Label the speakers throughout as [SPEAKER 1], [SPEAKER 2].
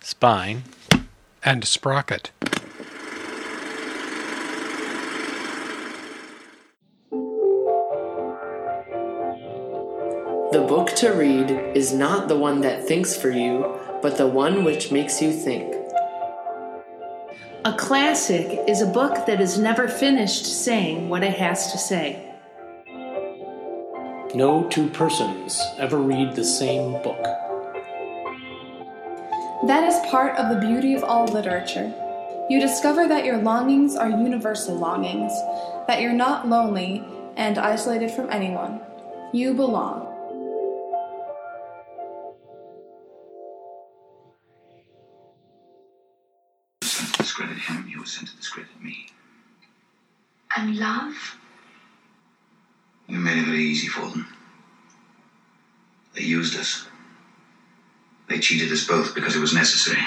[SPEAKER 1] spine, and sprocket.
[SPEAKER 2] The book to read is not the one that thinks for you, but the one which makes you think.
[SPEAKER 3] A classic is a book that is never finished saying what it has to say.
[SPEAKER 4] No two persons ever read the same book.
[SPEAKER 5] That is part of the beauty of all literature. You discover that your longings are universal longings, that you're not lonely and isolated from anyone. You belong.
[SPEAKER 6] discredit him, he was sent to discredit me.
[SPEAKER 7] And love?
[SPEAKER 6] We made it very easy for them. They used us. They cheated us both because it was necessary.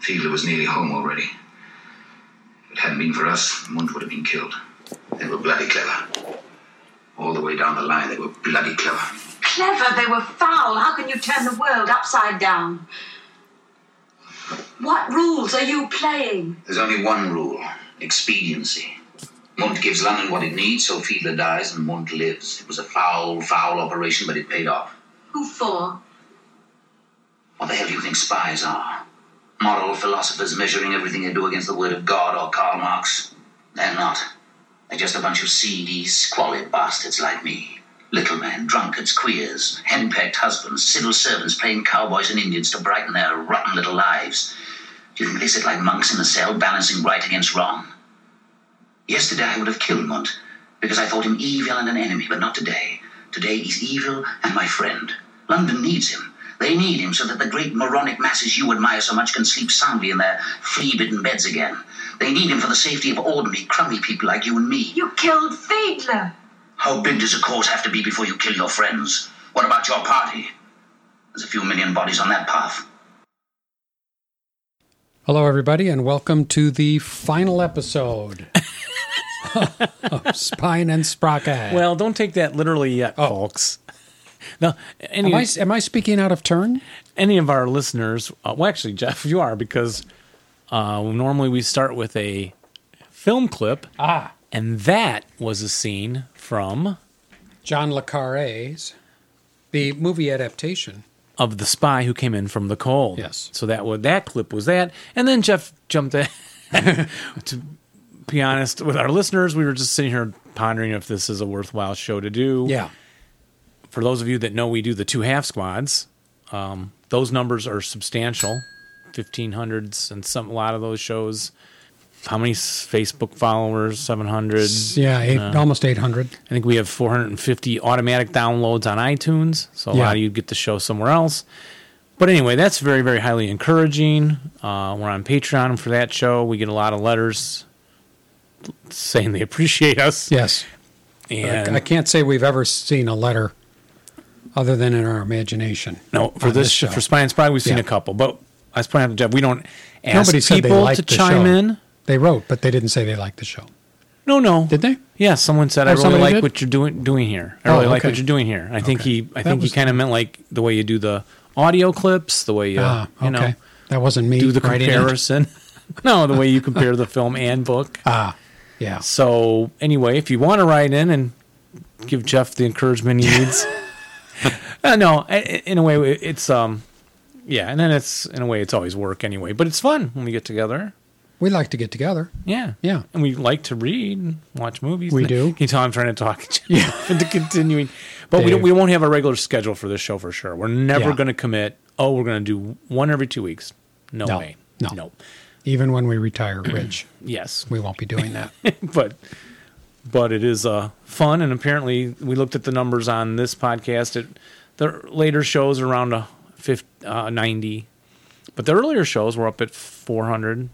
[SPEAKER 6] Fiedler was nearly home already. If it hadn't been for us, Munt would have been killed. They were bloody clever. All the way down the line, they were bloody clever.
[SPEAKER 7] Clever, they were foul. How can you turn the world upside down? What rules are you playing?
[SPEAKER 6] There's only one rule expediency. Mont gives London what it needs, so Fiedler dies and Mont lives. It was a foul, foul operation, but it paid off.
[SPEAKER 7] Who for?
[SPEAKER 6] What the hell do you think spies are? Moral philosophers measuring everything they do against the word of God or Karl Marx? They're not. They're just a bunch of seedy, squalid bastards like me. Little men, drunkards, queers, henpecked husbands, civil servants playing cowboys and Indians to brighten their rotten little lives. Do you think they sit like monks in a cell balancing right against wrong? Yesterday I would have killed Mont because I thought him evil and an enemy, but not today. Today he's evil and my friend. London needs him. They need him so that the great moronic masses you admire so much can sleep soundly in their flea bitten beds again. They need him for the safety of ordinary, crummy people like you and me.
[SPEAKER 7] You killed Fiedler.
[SPEAKER 6] How big does a cause have to be before you kill your friends? What about your party? There's a few million bodies on that path.
[SPEAKER 1] Hello, everybody, and welcome to the final episode of Spine and Sprocket.
[SPEAKER 8] Well, don't take that literally yet,
[SPEAKER 1] Oh.
[SPEAKER 8] folks. Now, any,
[SPEAKER 1] am I, am I speaking out of turn?
[SPEAKER 8] any of our listeners, uh, well, actually, Jeff, you are because uh, normally we start with a film clip.
[SPEAKER 1] Ah.
[SPEAKER 8] And that was a scene from
[SPEAKER 1] John Le Carré's the movie adaptation.
[SPEAKER 8] of the spy who came in from the cold.
[SPEAKER 1] Yes.
[SPEAKER 8] So that was, that clip was that, and then Jeff jumped in. to be honest with our listeners, we were just sitting here pondering if this is a worthwhile show to do. for those of you that know, we do the two half squads. Um, those numbers are substantial, fifteen hundreds and some. A lot of those shows. How many s- Facebook followers? Seven hundred.
[SPEAKER 1] Yeah, eight, almost 800.
[SPEAKER 8] I think we have four hundred and fifty automatic downloads on iTunes. So a
[SPEAKER 1] Yeah.
[SPEAKER 8] lot of you get the show somewhere else. But anyway, that's very very highly encouraging. Uh, we're on Patreon for that show. We get a lot of letters saying they appreciate us.
[SPEAKER 1] Yes.
[SPEAKER 8] And
[SPEAKER 1] I can't say we've ever seen a letter other than in our imagination.
[SPEAKER 8] No, for
[SPEAKER 1] on
[SPEAKER 8] this, show, for Spy and Spy, we've seen
[SPEAKER 1] Yeah.
[SPEAKER 8] a couple, but I was pointing out to Jeff, we don't ask
[SPEAKER 1] Nobody said they
[SPEAKER 8] people to
[SPEAKER 1] liked the
[SPEAKER 8] chime
[SPEAKER 1] show.
[SPEAKER 8] in.
[SPEAKER 1] They wrote, but they didn't say they liked the show.
[SPEAKER 8] No, no,
[SPEAKER 1] Did they?
[SPEAKER 8] Yeah, someone said,
[SPEAKER 1] Oh,
[SPEAKER 8] "I really
[SPEAKER 1] somebody
[SPEAKER 8] like
[SPEAKER 1] did?
[SPEAKER 8] what you're doing doing here. I
[SPEAKER 1] Oh,
[SPEAKER 8] really like
[SPEAKER 1] okay.
[SPEAKER 8] what you're doing here." I think
[SPEAKER 1] Okay.
[SPEAKER 8] he, I
[SPEAKER 1] That
[SPEAKER 8] think
[SPEAKER 1] was-
[SPEAKER 8] he kind of meant like the way you do the audio clips, the way you,
[SPEAKER 1] ah, okay.
[SPEAKER 8] you know,
[SPEAKER 1] that wasn't me.
[SPEAKER 8] do the
[SPEAKER 1] writing it.
[SPEAKER 8] comparison. no, the way you compare the film and book.
[SPEAKER 1] Ah, yeah.
[SPEAKER 8] So anyway, if you want to write in and give Jeff the encouragement he needs, uh, no, i- i- in a way it's um, yeah, and then it's in a way it's always work anyway, but it's fun when we get together.
[SPEAKER 1] We like to get together.
[SPEAKER 8] Yeah,
[SPEAKER 1] Yeah.
[SPEAKER 8] and we like to read, and watch movies.
[SPEAKER 1] We do.
[SPEAKER 8] Can you tell I'm trying to talk? Yeah, into continuing, but we
[SPEAKER 1] Dave.
[SPEAKER 8] don't, we won't have a regular schedule for this show for sure. We're never
[SPEAKER 1] Yeah.
[SPEAKER 8] going to commit. Oh, we're going to do one every two weeks. No,
[SPEAKER 1] No.
[SPEAKER 8] way.
[SPEAKER 1] No.
[SPEAKER 8] no.
[SPEAKER 1] Even when we retire rich,
[SPEAKER 8] Yes,
[SPEAKER 1] we won't be doing that.
[SPEAKER 8] but but it is uh, fun and apparently we looked at the numbers on this podcast it, the later shows are around a fif uh, 90 but the earlier shows were up at 400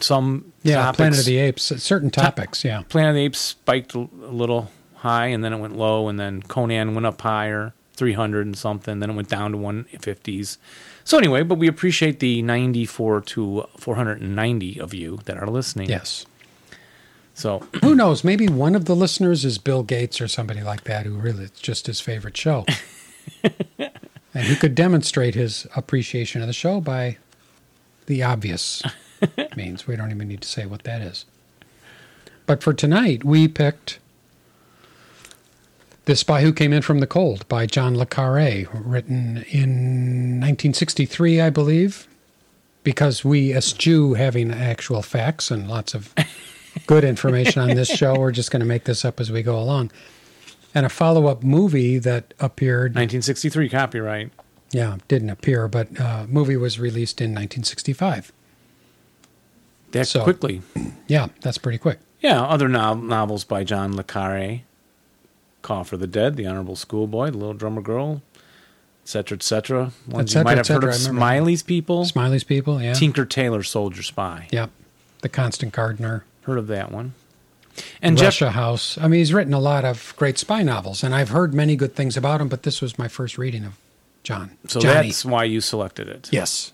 [SPEAKER 8] some
[SPEAKER 1] Yeah,
[SPEAKER 8] topics,
[SPEAKER 1] Planet of the Apes, uh, certain topics, yeah.
[SPEAKER 8] Planet of the Apes spiked l- a little high and then it went low and then Conan went up higher 300 and something then it went down to 150s so anyway but we appreciate the 94 to 490 of you that are listening
[SPEAKER 1] Yes.
[SPEAKER 8] so
[SPEAKER 1] Who knows? Maybe one of the listeners is Bill Gates or somebody like that who really it's just his favorite show. and he could demonstrate his appreciation of the show by the obvious means. We don't even need to say what that is. But for tonight, we picked The Spy Who Came In From the Cold by John Le Carre, written in 1963, I believe, because we eschew having actual facts and lots of good information on this show. We're just going to make this up as we go along. And a follow up movie that appeared
[SPEAKER 8] 1963 copyright.
[SPEAKER 1] yeah, didn't appear, but uh, movie was released in 1965.
[SPEAKER 8] That
[SPEAKER 1] So-
[SPEAKER 8] quickly.
[SPEAKER 1] Yeah, that's pretty quick.
[SPEAKER 8] Yeah, other no- novels by John Le Carre, Call for the Dead, The Honorable Schoolboy, The Little Drummer Girl, etc., etc. Ones
[SPEAKER 1] Et cetera,
[SPEAKER 8] you might have
[SPEAKER 1] et
[SPEAKER 8] heard
[SPEAKER 1] cetera,
[SPEAKER 8] of
[SPEAKER 1] I remember
[SPEAKER 8] Smiley's People,
[SPEAKER 1] Smiley's people, yeah,
[SPEAKER 8] Tinker Tailor Soldier Spy.
[SPEAKER 1] yep. The Constant Gardener,
[SPEAKER 8] Heard of that one. And
[SPEAKER 1] Russia
[SPEAKER 8] Jeff,
[SPEAKER 1] House. I mean, he's written a lot of great spy novels, and I've heard many good things about him. But this was my first reading of John.
[SPEAKER 8] so
[SPEAKER 1] Johnny.
[SPEAKER 8] that's why you selected it.
[SPEAKER 1] yes.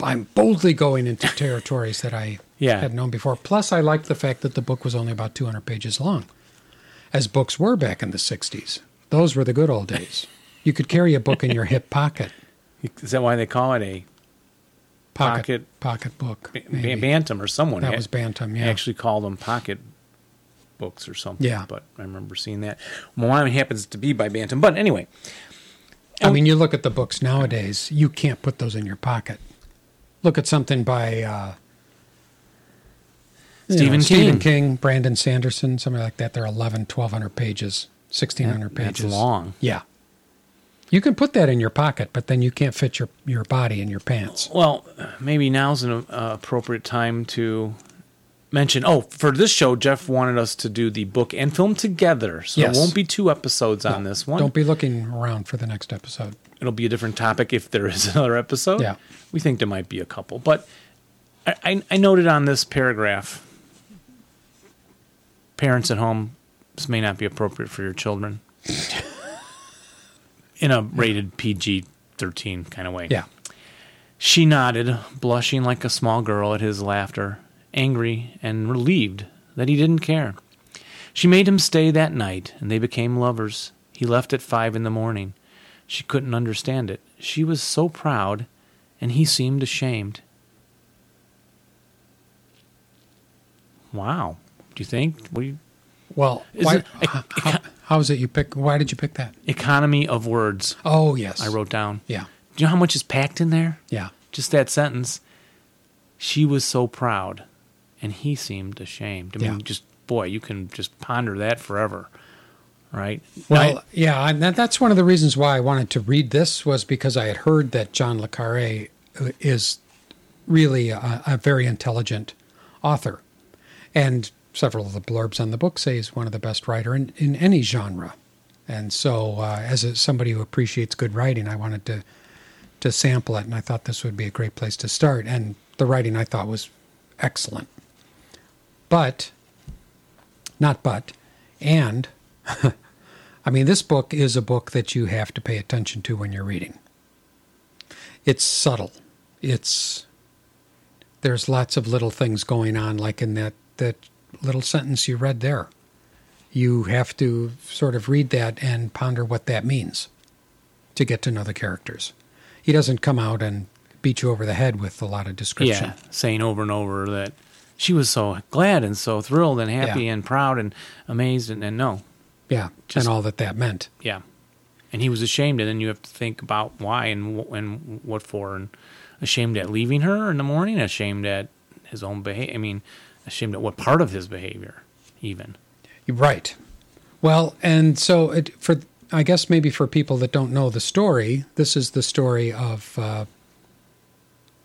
[SPEAKER 1] I'm boldly going into territories that I
[SPEAKER 8] Yeah.
[SPEAKER 1] had known before. Plus, I liked the fact that the book was only about 200 pages long, as books were back in the 60s. Those were the good old days. You could carry a book in your hip pocket.
[SPEAKER 8] Is that why they call it a
[SPEAKER 1] Pocket, pocket book.
[SPEAKER 8] ba-
[SPEAKER 1] maybe.
[SPEAKER 8] Bantam or someone?
[SPEAKER 1] that
[SPEAKER 8] had-
[SPEAKER 1] was Bantam,
[SPEAKER 8] They
[SPEAKER 1] yeah.
[SPEAKER 8] actually called them pocket books or something.
[SPEAKER 1] Yeah.
[SPEAKER 8] But I remember seeing that. Mine happens to be by Bantam. But anyway,
[SPEAKER 1] I mean, you look at the books nowadays, you can't put those in your pocket. Look at something by uh, you know,
[SPEAKER 8] Stephen
[SPEAKER 1] Stephen
[SPEAKER 8] King.
[SPEAKER 1] King, Brandon Sanderson, something like that. They're 11, 1,200 pages, 1,600
[SPEAKER 8] That- that's
[SPEAKER 1] pages.
[SPEAKER 8] long.
[SPEAKER 1] Yeah. You can put that in your pocket, but then you can't fit your, your body in your pants.
[SPEAKER 8] Well, maybe now's an uh, appropriate time to mention. Oh, for this show, Jeff wanted us to do the book and film together, so
[SPEAKER 1] Yes.
[SPEAKER 8] there won't be two episodes on this one.
[SPEAKER 1] Don't be looking around for the next episode.
[SPEAKER 8] It'll be a different topic if there is another episode.
[SPEAKER 1] Yeah.
[SPEAKER 8] we think there might be a couple, but I, I, I noted on this paragraph: parents at home, this may not be appropriate for your children. In a rated PG thirteen kind of way.
[SPEAKER 1] Yeah.
[SPEAKER 8] She nodded, blushing like a small girl at his laughter, angry and relieved that he didn't care. She made him stay that night, and they became lovers. He left at five in the morning. She couldn't understand it. She was so proud, and he seemed ashamed. Wow. Do you think? What do you,
[SPEAKER 1] Well,
[SPEAKER 8] Is
[SPEAKER 1] why,
[SPEAKER 8] it-
[SPEAKER 1] how, how is it you pick? Why did you pick that?
[SPEAKER 8] economy of words,
[SPEAKER 1] Oh, yes.
[SPEAKER 8] I wrote down.
[SPEAKER 1] Yeah.
[SPEAKER 8] Do you know how much is packed in there?
[SPEAKER 1] Yeah.
[SPEAKER 8] just that sentence she was so proud and he seemed ashamed i mean
[SPEAKER 1] Yeah.
[SPEAKER 8] just boy you can just ponder that forever right
[SPEAKER 1] Well,
[SPEAKER 8] Now,
[SPEAKER 1] yeah, and that, that's one of the reasons why I wanted to read this was because I had heard that John le Carre uh, is really a, a very intelligent author, and several of the blurbs on the book say he's one of the best writer in, in any genre. And so, uh, as a, somebody who appreciates good writing, I wanted to to sample it, and I thought this would be a great place to start. And the writing I thought was excellent, but not but and. I mean, this book is a book that you have to pay attention to when you're reading. It's subtle. It's there's lots of little things going on, like in that that little sentence you read there. You have to sort of read that and ponder what that means to get to know the characters. He doesn't come out and beat you over the head with a lot of description.
[SPEAKER 8] yeah saying over and over that she was so glad and so thrilled and happy
[SPEAKER 1] Yeah.
[SPEAKER 8] and proud and amazed and, and no
[SPEAKER 1] Yeah, and all that that meant.
[SPEAKER 8] yeah and he was ashamed and then you have to think about why and wh- and what for and ashamed at leaving her in the morning ashamed at his own behavior i mean ashamed at what part of his behavior even
[SPEAKER 1] Right. Well, and so it, for I guess maybe for people that don't know the story, this is the story of uh,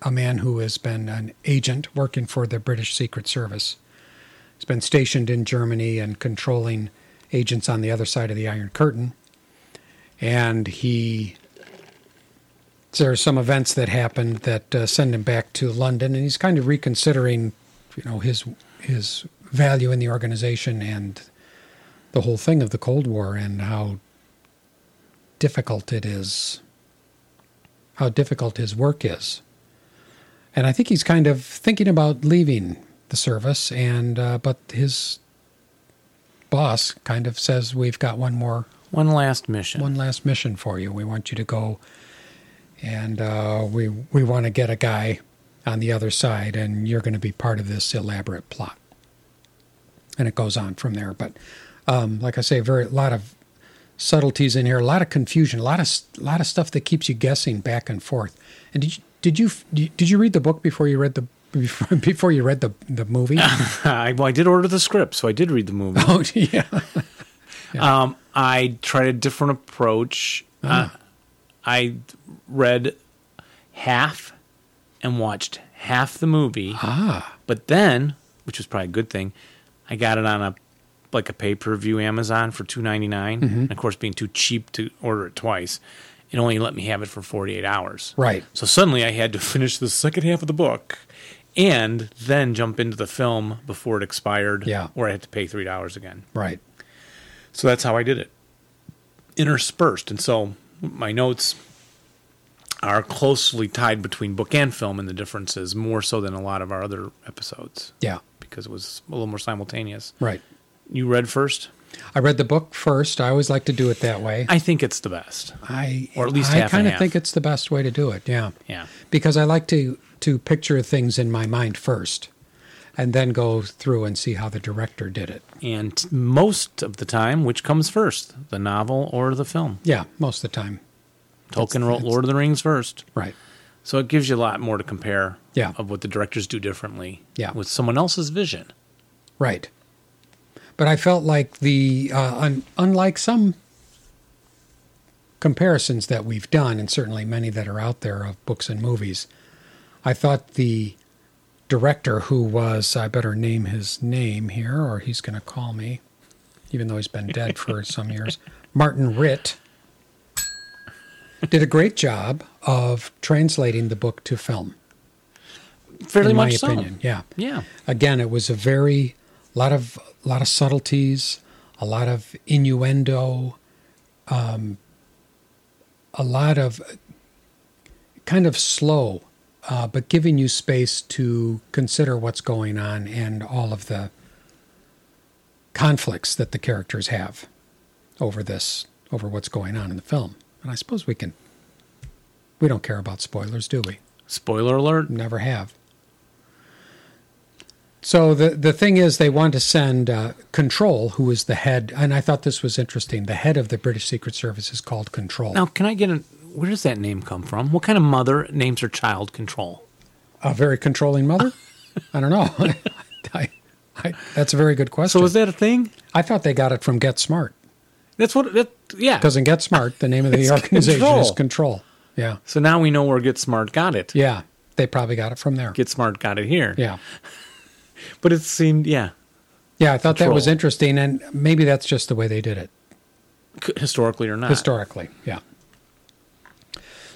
[SPEAKER 1] a man who has been an agent working for the British Secret Service. He's been stationed in Germany and controlling agents on the other side of the Iron Curtain. And he so there are some events that happened that uh, send him back to London, and he's kind of reconsidering, you know, his his value in the organization and the whole thing of the Cold War and how difficult it is, how difficult his work is, and I think he's kind of thinking about leaving the service, and uh, but his boss kind of says, "We've got one more
[SPEAKER 8] One last mission.
[SPEAKER 1] one last mission for you. We want you to go, and uh, we we want to get a guy on the other side, and you're going to be part of this elaborate plot. And it goes on from there. But um, like I say, very a lot of subtleties in here, a lot of confusion, a lot of s- lot of stuff that keeps you guessing back and forth. And did you did you f- did you read the book before you read the before, before you read the the movie?
[SPEAKER 8] I, well, I did order the script, so I did read the movie.
[SPEAKER 1] oh yeah.
[SPEAKER 8] Um, I tried a different approach. Uh, I read half and watched half the movie,
[SPEAKER 1] Ah.
[SPEAKER 8] but then, which was probably a good thing, I got it on a like a pay per view Amazon for two And of course, being too cheap to order it twice, it only let me have it for forty eight hours.
[SPEAKER 1] Right.
[SPEAKER 8] So suddenly, I had to finish the second half of the book. And then jump into the film before it expired,
[SPEAKER 1] Yeah.
[SPEAKER 8] or I had to pay three dollars again.
[SPEAKER 1] Right.
[SPEAKER 8] So that's how I did it. Interspersed. And so my notes are closely tied between book and film and the differences more so than a lot of our other episodes
[SPEAKER 1] Yeah.
[SPEAKER 8] because it was a little more simultaneous.
[SPEAKER 1] Right.
[SPEAKER 8] You read first?
[SPEAKER 1] I read the book first. I always like to do it that way.
[SPEAKER 8] I think it's the best.
[SPEAKER 1] I
[SPEAKER 8] Or at least
[SPEAKER 1] I
[SPEAKER 8] half and
[SPEAKER 1] kind of
[SPEAKER 8] half.
[SPEAKER 1] think it's the best way to do it. Yeah.
[SPEAKER 8] Yeah.
[SPEAKER 1] Because I like to to picture things in my mind first and then go through and see how the director did it.
[SPEAKER 8] And most of the time, which comes first, the novel or the film?
[SPEAKER 1] Yeah, most of the time.
[SPEAKER 8] Tolkien wrote Lord of the Rings first.
[SPEAKER 1] Right.
[SPEAKER 8] So it gives you a lot more to compare
[SPEAKER 1] Yeah.
[SPEAKER 8] of what the directors do differently
[SPEAKER 1] Yeah.
[SPEAKER 8] with someone else's vision.
[SPEAKER 1] Right. But I felt like the uh, un- unlike some comparisons that we've done, and certainly many that are out there of books and movies, I thought the director who was I better name his name here, or he's going to call me, even though he's been dead for some years. Martin Ritt did a great job of translating the book to film.
[SPEAKER 8] Fairly
[SPEAKER 1] in
[SPEAKER 8] much
[SPEAKER 1] my
[SPEAKER 8] so.
[SPEAKER 1] opinion, yeah
[SPEAKER 8] Yeah.
[SPEAKER 1] again, it was a very lot of lot of subtleties, a lot of innuendo, um, a lot of kind of slow, uh, but giving you space to consider what's going on and all of the conflicts that the characters have over this over what's going on in the film. And I suppose we can we don't care about spoilers, do we?
[SPEAKER 8] Spoiler alert.
[SPEAKER 1] never have. So the the thing is, they want to send uh, Control, who is the head, and I thought this was interesting. The head of the British Secret Service is called Control.
[SPEAKER 8] Now, can I get a where does that name come from? What kind of mother names her child Control?
[SPEAKER 1] A very controlling mother. I don't know. I, I, that's a very good question.
[SPEAKER 8] So is that a thing?
[SPEAKER 1] I thought they got it from Get Smart
[SPEAKER 8] That's what that yeah.
[SPEAKER 1] because in Get Smart, the name of the
[SPEAKER 8] It's
[SPEAKER 1] organization is
[SPEAKER 8] Control.
[SPEAKER 1] Control. Yeah,
[SPEAKER 8] So now we know where Get Smart got it.
[SPEAKER 1] yeah. They probably got it from there.
[SPEAKER 8] Get Smart got it here.
[SPEAKER 1] yeah.
[SPEAKER 8] But it seemed yeah,
[SPEAKER 1] Yeah, I thought that was
[SPEAKER 8] Control.
[SPEAKER 1] interesting, and maybe that's just the way they did it.
[SPEAKER 8] c- historically or not.
[SPEAKER 1] historically yeah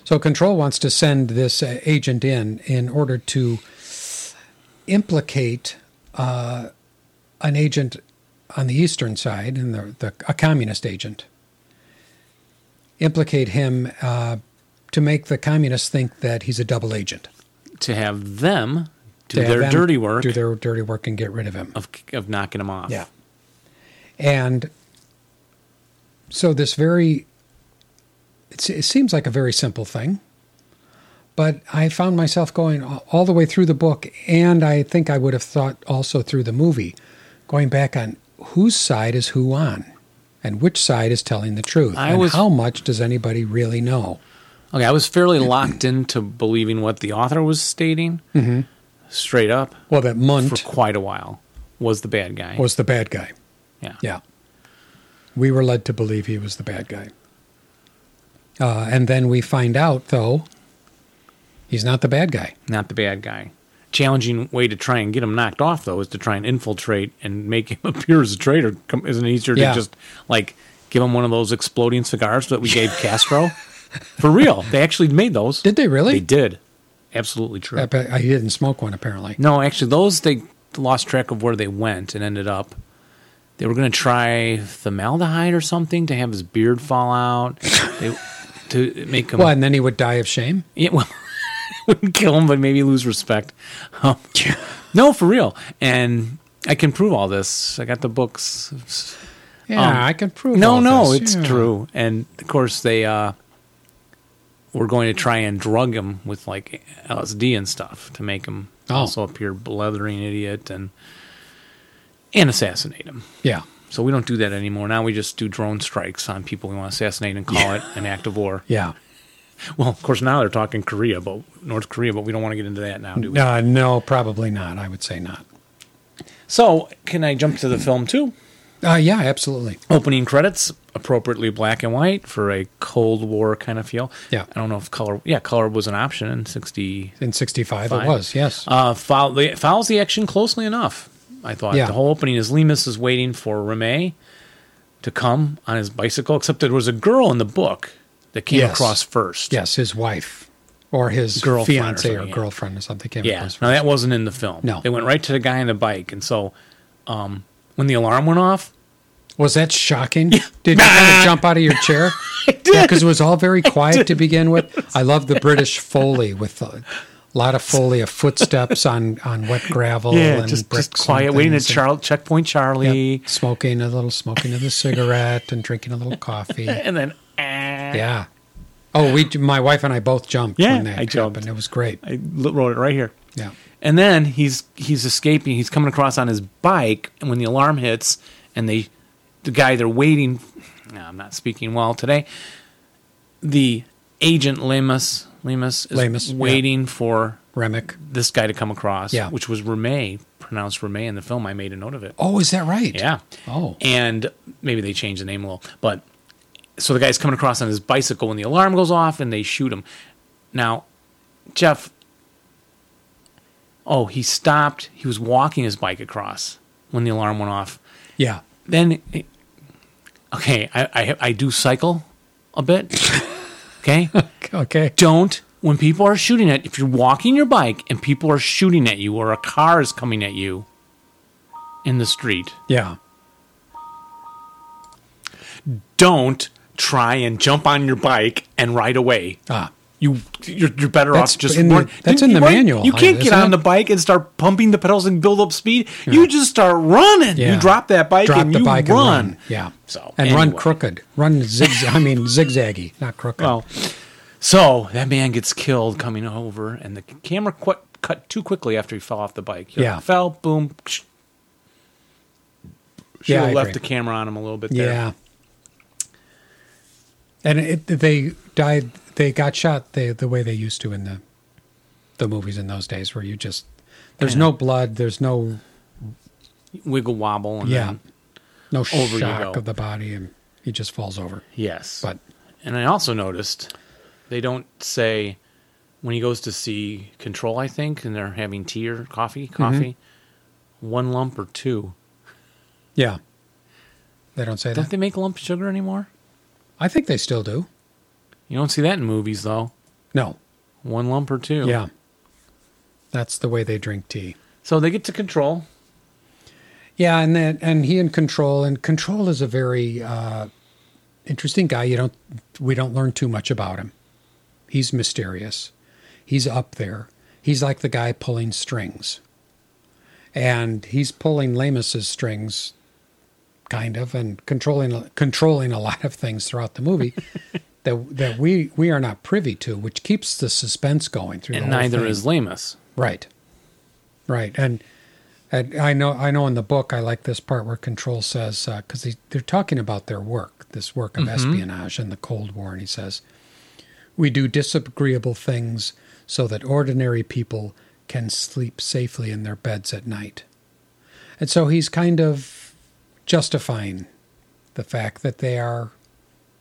[SPEAKER 1] so control wants to send this uh, agent in in order to implicate uh, an agent on the eastern side and the, the a communist agent implicate him uh, to make the communists think that he's a double agent
[SPEAKER 8] to have them do
[SPEAKER 1] To have
[SPEAKER 8] their
[SPEAKER 1] them
[SPEAKER 8] dirty work
[SPEAKER 1] do their dirty work and get rid of him
[SPEAKER 8] of of knocking them off.
[SPEAKER 1] yeah. And so this very, it's, it seems like a very simple thing, but I found myself going a- all the way through the book, and I think I would have thought also through the movie, going back on whose side is who on, and which side is telling the truth,
[SPEAKER 8] I
[SPEAKER 1] and
[SPEAKER 8] was-
[SPEAKER 1] how much does anybody really know?
[SPEAKER 8] Okay, I was fairly locked into believing what the author was stating.
[SPEAKER 1] Mm-hmm.
[SPEAKER 8] Straight up
[SPEAKER 1] Well, that
[SPEAKER 8] for
[SPEAKER 1] Munt
[SPEAKER 8] quite a while was the bad guy.
[SPEAKER 1] was the bad guy.
[SPEAKER 8] yeah.
[SPEAKER 1] Yeah. We were led to believe he was the bad guy. Uh, and then we find out, though, he's not the bad guy.
[SPEAKER 8] not the bad guy. Challenging way to try and get him knocked off though is to try and infiltrate and make him appear as a traitor. Com- Isn't it easier
[SPEAKER 1] Yeah.
[SPEAKER 8] to just like give him one of those exploding cigars that we gave Castro? For real, they actually made those.
[SPEAKER 1] Did they really?
[SPEAKER 8] They did. Absolutely true.
[SPEAKER 1] I bet- uh, He didn't smoke one, apparently.
[SPEAKER 8] No, actually, those they lost track of where they went and ended up. They were going to try formaldehyde or something to have his beard fall out. They, to make him
[SPEAKER 1] Well, and then he would die of shame.
[SPEAKER 8] yeah, well, wouldn't kill him, but maybe lose respect. Um, no, for real. And I can prove all this. I got the books.
[SPEAKER 1] Yeah,
[SPEAKER 8] Um,
[SPEAKER 1] I can prove
[SPEAKER 8] No,
[SPEAKER 1] all
[SPEAKER 8] no,
[SPEAKER 1] this.
[SPEAKER 8] it's
[SPEAKER 1] Yeah.
[SPEAKER 8] true. And of course, they uh, were going to try and drug him with like LSD and stuff to make him
[SPEAKER 1] Oh.
[SPEAKER 8] also appear blethering idiot and and assassinate him.
[SPEAKER 1] Yeah.
[SPEAKER 8] So we don't do that anymore. Now we just do drone strikes on people we want to assassinate and call it an act of war.
[SPEAKER 1] Yeah.
[SPEAKER 8] Well, of course now they're talking Korea, but North Korea, but we don't want to get into that now, do we?
[SPEAKER 1] Uh, no, probably not. I would say not.
[SPEAKER 8] So can I jump to the film too?
[SPEAKER 1] Uh, yeah, absolutely.
[SPEAKER 8] Opening credits appropriately black and white for a Cold War kind of feel.
[SPEAKER 1] Yeah.
[SPEAKER 8] I don't know if color. Yeah, color was an option in sixty
[SPEAKER 1] In 65,
[SPEAKER 8] Fine.
[SPEAKER 1] it was, yes.
[SPEAKER 8] Uh, follow, the- follows the action closely enough. I thought
[SPEAKER 1] Yeah.
[SPEAKER 8] the whole opening is Lemus is waiting for Remy to come on his bicycle. Except there was a girl in the book that came
[SPEAKER 1] Yes.
[SPEAKER 8] across first.
[SPEAKER 1] yes, his wife or his
[SPEAKER 8] Girlfriend or
[SPEAKER 1] fiance or
[SPEAKER 8] something, yeah.
[SPEAKER 1] girlfriend or something came
[SPEAKER 8] yeah.
[SPEAKER 1] across.
[SPEAKER 8] Now that wasn't in the film.
[SPEAKER 1] No.
[SPEAKER 8] they went right to the guy on the bike, and so um, when the alarm went off,
[SPEAKER 1] Was that shocking? Did you kind of jump out of your chair? Because it was all very quiet to begin with. I love the British foley with a lot of foley of footsteps on, on wet gravel and
[SPEAKER 8] just,
[SPEAKER 1] bricks.
[SPEAKER 8] just quiet,
[SPEAKER 1] and
[SPEAKER 8] waiting at
[SPEAKER 1] things and-
[SPEAKER 8] Char- checkpoint Charlie,
[SPEAKER 1] Yep, smoking a little, smoking of the cigarette and drinking a little coffee.
[SPEAKER 8] and then ah.
[SPEAKER 1] Yeah. Oh, we. My wife and I both jumped
[SPEAKER 8] Yeah,
[SPEAKER 1] when that
[SPEAKER 8] I jumped.
[SPEAKER 1] happened. It was great.
[SPEAKER 8] I l- wrote it right here.
[SPEAKER 1] Yeah.
[SPEAKER 8] And then he's he's escaping. He's coming across on his bike, and when the alarm hits, and they, the guy they're waiting. No, I'm not speaking well today. The agent Lemus Lemus is
[SPEAKER 1] Lemus, yeah.
[SPEAKER 8] waiting for
[SPEAKER 1] Remick.
[SPEAKER 8] this guy to come across.
[SPEAKER 1] Yeah.
[SPEAKER 8] which was Remy, pronounced Remy in the film. I made a note of it.
[SPEAKER 1] Oh, is that right?
[SPEAKER 8] Yeah.
[SPEAKER 1] Oh.
[SPEAKER 8] And maybe they changed the name a little. But so the guy's coming across on his bicycle when the alarm goes off and they shoot him. Now, Jeff, oh, he stopped. He was walking his bike across when the alarm went off.
[SPEAKER 1] Yeah.
[SPEAKER 8] Then, okay, I, I, I do cycle a bit. Okay.
[SPEAKER 1] Okay.
[SPEAKER 8] Don't. When people are shooting at, if you're walking your bike and people are shooting at you or a car is coming at you in the street,
[SPEAKER 1] Yeah.
[SPEAKER 8] don't try and jump on your bike and ride away.
[SPEAKER 1] Ah.
[SPEAKER 8] You you're, you're better
[SPEAKER 1] That's
[SPEAKER 8] off just
[SPEAKER 1] in the-
[SPEAKER 8] run-
[SPEAKER 1] that's
[SPEAKER 8] you-
[SPEAKER 1] in the
[SPEAKER 8] you run-
[SPEAKER 1] manual,
[SPEAKER 8] You
[SPEAKER 1] huh,
[SPEAKER 8] can't get
[SPEAKER 1] isn't
[SPEAKER 8] on
[SPEAKER 1] it?
[SPEAKER 8] the bike and start pumping the pedals and build up speed. You just start running.
[SPEAKER 1] Yeah.
[SPEAKER 8] You drop that bike
[SPEAKER 1] Drop
[SPEAKER 8] and
[SPEAKER 1] the
[SPEAKER 8] you
[SPEAKER 1] bike
[SPEAKER 8] run.
[SPEAKER 1] and run. Yeah.
[SPEAKER 8] So,
[SPEAKER 1] and run
[SPEAKER 8] anyway.
[SPEAKER 1] crooked. Run zigzag. I mean zigzaggy, not crooked.
[SPEAKER 8] Well, so that man gets killed coming over, and the camera qu- cut too quickly after he fell off the bike. He
[SPEAKER 1] Yeah.
[SPEAKER 8] fell. Boom. Should
[SPEAKER 1] Yeah,
[SPEAKER 8] have
[SPEAKER 1] I
[SPEAKER 8] left
[SPEAKER 1] agree.
[SPEAKER 8] the camera on him a little bit there.
[SPEAKER 1] yeah. And it, they died. They got shot the the way they used to in the the movies in those days, where you just there's no blood, there's no
[SPEAKER 8] Wiggle wobble. And
[SPEAKER 1] yeah,
[SPEAKER 8] Then,
[SPEAKER 1] no
[SPEAKER 8] Mm-hmm. over you
[SPEAKER 1] shock
[SPEAKER 8] go.
[SPEAKER 1] of the body, and he just falls over.
[SPEAKER 8] yes.
[SPEAKER 1] But
[SPEAKER 8] And I also noticed they don't say when he goes to see Control, I think, and they're having tea or
[SPEAKER 1] Mm-hmm.
[SPEAKER 8] coffee, coffee, one lump or two.
[SPEAKER 1] yeah, they don't say
[SPEAKER 8] Don't
[SPEAKER 1] that.
[SPEAKER 8] they make lump sugar anymore?
[SPEAKER 1] I think they still do.
[SPEAKER 8] You don't see that in movies, though.
[SPEAKER 1] No,
[SPEAKER 8] One lump or two.
[SPEAKER 1] yeah, that's the way they drink tea.
[SPEAKER 8] So they get to Control.
[SPEAKER 1] Yeah, and then and he in control, and control is a very uh, interesting guy. You don't we don't learn too much about him. He's mysterious. He's up there. He's like the guy pulling strings, and he's pulling Lamus's strings, kind of, and controlling controlling a lot of things throughout the movie. That, that we, we are not privy to, which keeps the suspense going through.
[SPEAKER 8] and
[SPEAKER 1] the whole
[SPEAKER 8] neither
[SPEAKER 1] thing.
[SPEAKER 8] is Lamus.
[SPEAKER 1] Right. Right. And, and I know I know in the book I like this part where Control says because they they're talking about their work, this work of espionage and the Cold War, and he says, "We do disagreeable things so that ordinary people can sleep safely in their beds at night." And so he's kind of justifying the fact that they are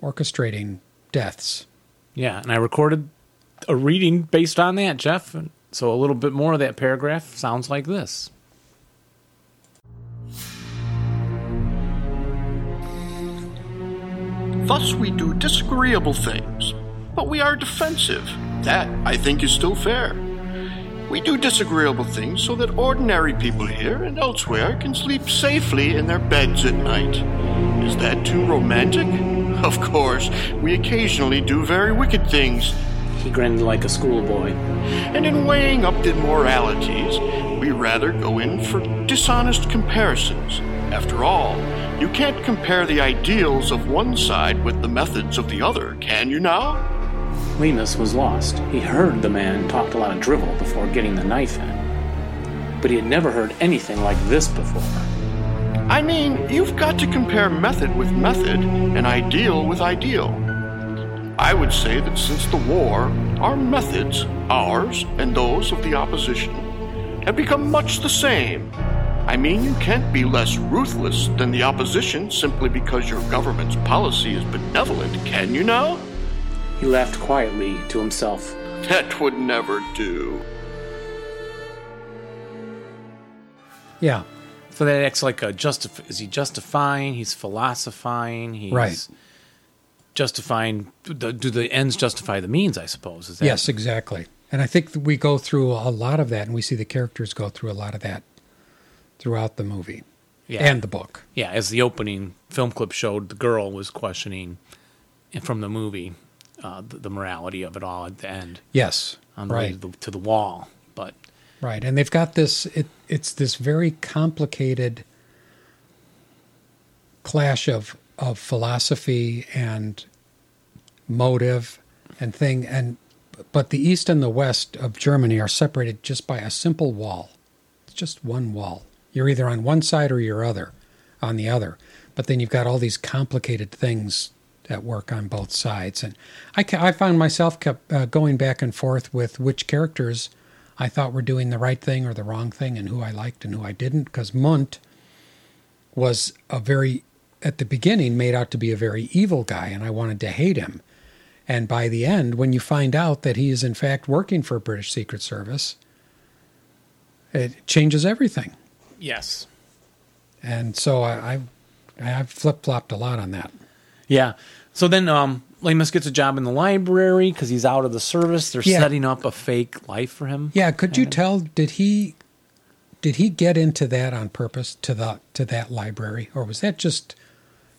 [SPEAKER 1] orchestrating deaths.
[SPEAKER 8] Yeah, and I recorded a reading based on that, Jeff. And So a little bit more of that paragraph sounds like this.
[SPEAKER 9] Thus, we do disagreeable things, but we are defensive. That, I think, is still fair. We do disagreeable things so that ordinary people here and elsewhere can sleep safely in their beds at night. Is that too romantic? Of course, we occasionally do very wicked things,
[SPEAKER 4] He grinned like a schoolboy.
[SPEAKER 9] and in weighing up the moralities, we rather go in for dishonest comparisons. After all, you can't compare the ideals of one side with the methods of the other, can you now?
[SPEAKER 4] Lemus was lost. He heard the man talked a lot of drivel before getting the knife in. But he had never heard anything like this before.
[SPEAKER 9] I mean, you've got to compare method with method and ideal with ideal. I would say that since the war, our methods, ours and those of the opposition, have become much the same. I mean, you can't be less ruthless than the opposition simply because your government's policy is benevolent, can you now?
[SPEAKER 4] He laughed quietly to himself.
[SPEAKER 9] That would never do.
[SPEAKER 1] Yeah.
[SPEAKER 8] So that acts like a justif- is he justifying? He's philosophizing. He's
[SPEAKER 1] Right.
[SPEAKER 8] justifying. Do the, do the ends justify the means? I suppose. Is that,
[SPEAKER 1] Yes, exactly. And I think that we go through a lot of that, and we see the characters go through a lot of that throughout the movie
[SPEAKER 8] Yeah.
[SPEAKER 1] and the book.
[SPEAKER 8] yeah. As the opening film clip showed, the girl was questioning from the movie uh, the, the morality of it all at the end
[SPEAKER 1] Yes,
[SPEAKER 8] on the way
[SPEAKER 1] right,
[SPEAKER 8] to the, to the wall. But
[SPEAKER 1] right. And they've got this. It, it's this very complicated clash of of philosophy and motive and thing. And but the East and the West of Germany are separated just by a simple wall. It's just one wall. You're either on one side or you're other, on the other. But then you've got all these complicated things at work on both sides. And I, ca- I found myself kept uh, going back and forth with which characters I thought were doing the right thing or the wrong thing, and who I liked and who I didn't. Because Munt was a very at the beginning made out to be a very evil guy, and I wanted to hate him. And by the end, when you find out that he is in fact working for British Secret Service, it changes everything.
[SPEAKER 8] yes,
[SPEAKER 1] And so I, I, I flip flopped a lot on that.
[SPEAKER 8] yeah. So then, um, Lamus gets a job in the library because he's out of the service. They're
[SPEAKER 1] Yeah.
[SPEAKER 8] setting up a fake life for him.
[SPEAKER 1] Yeah, could you tell? Did he, did he get into that on purpose to the to that library, or was that just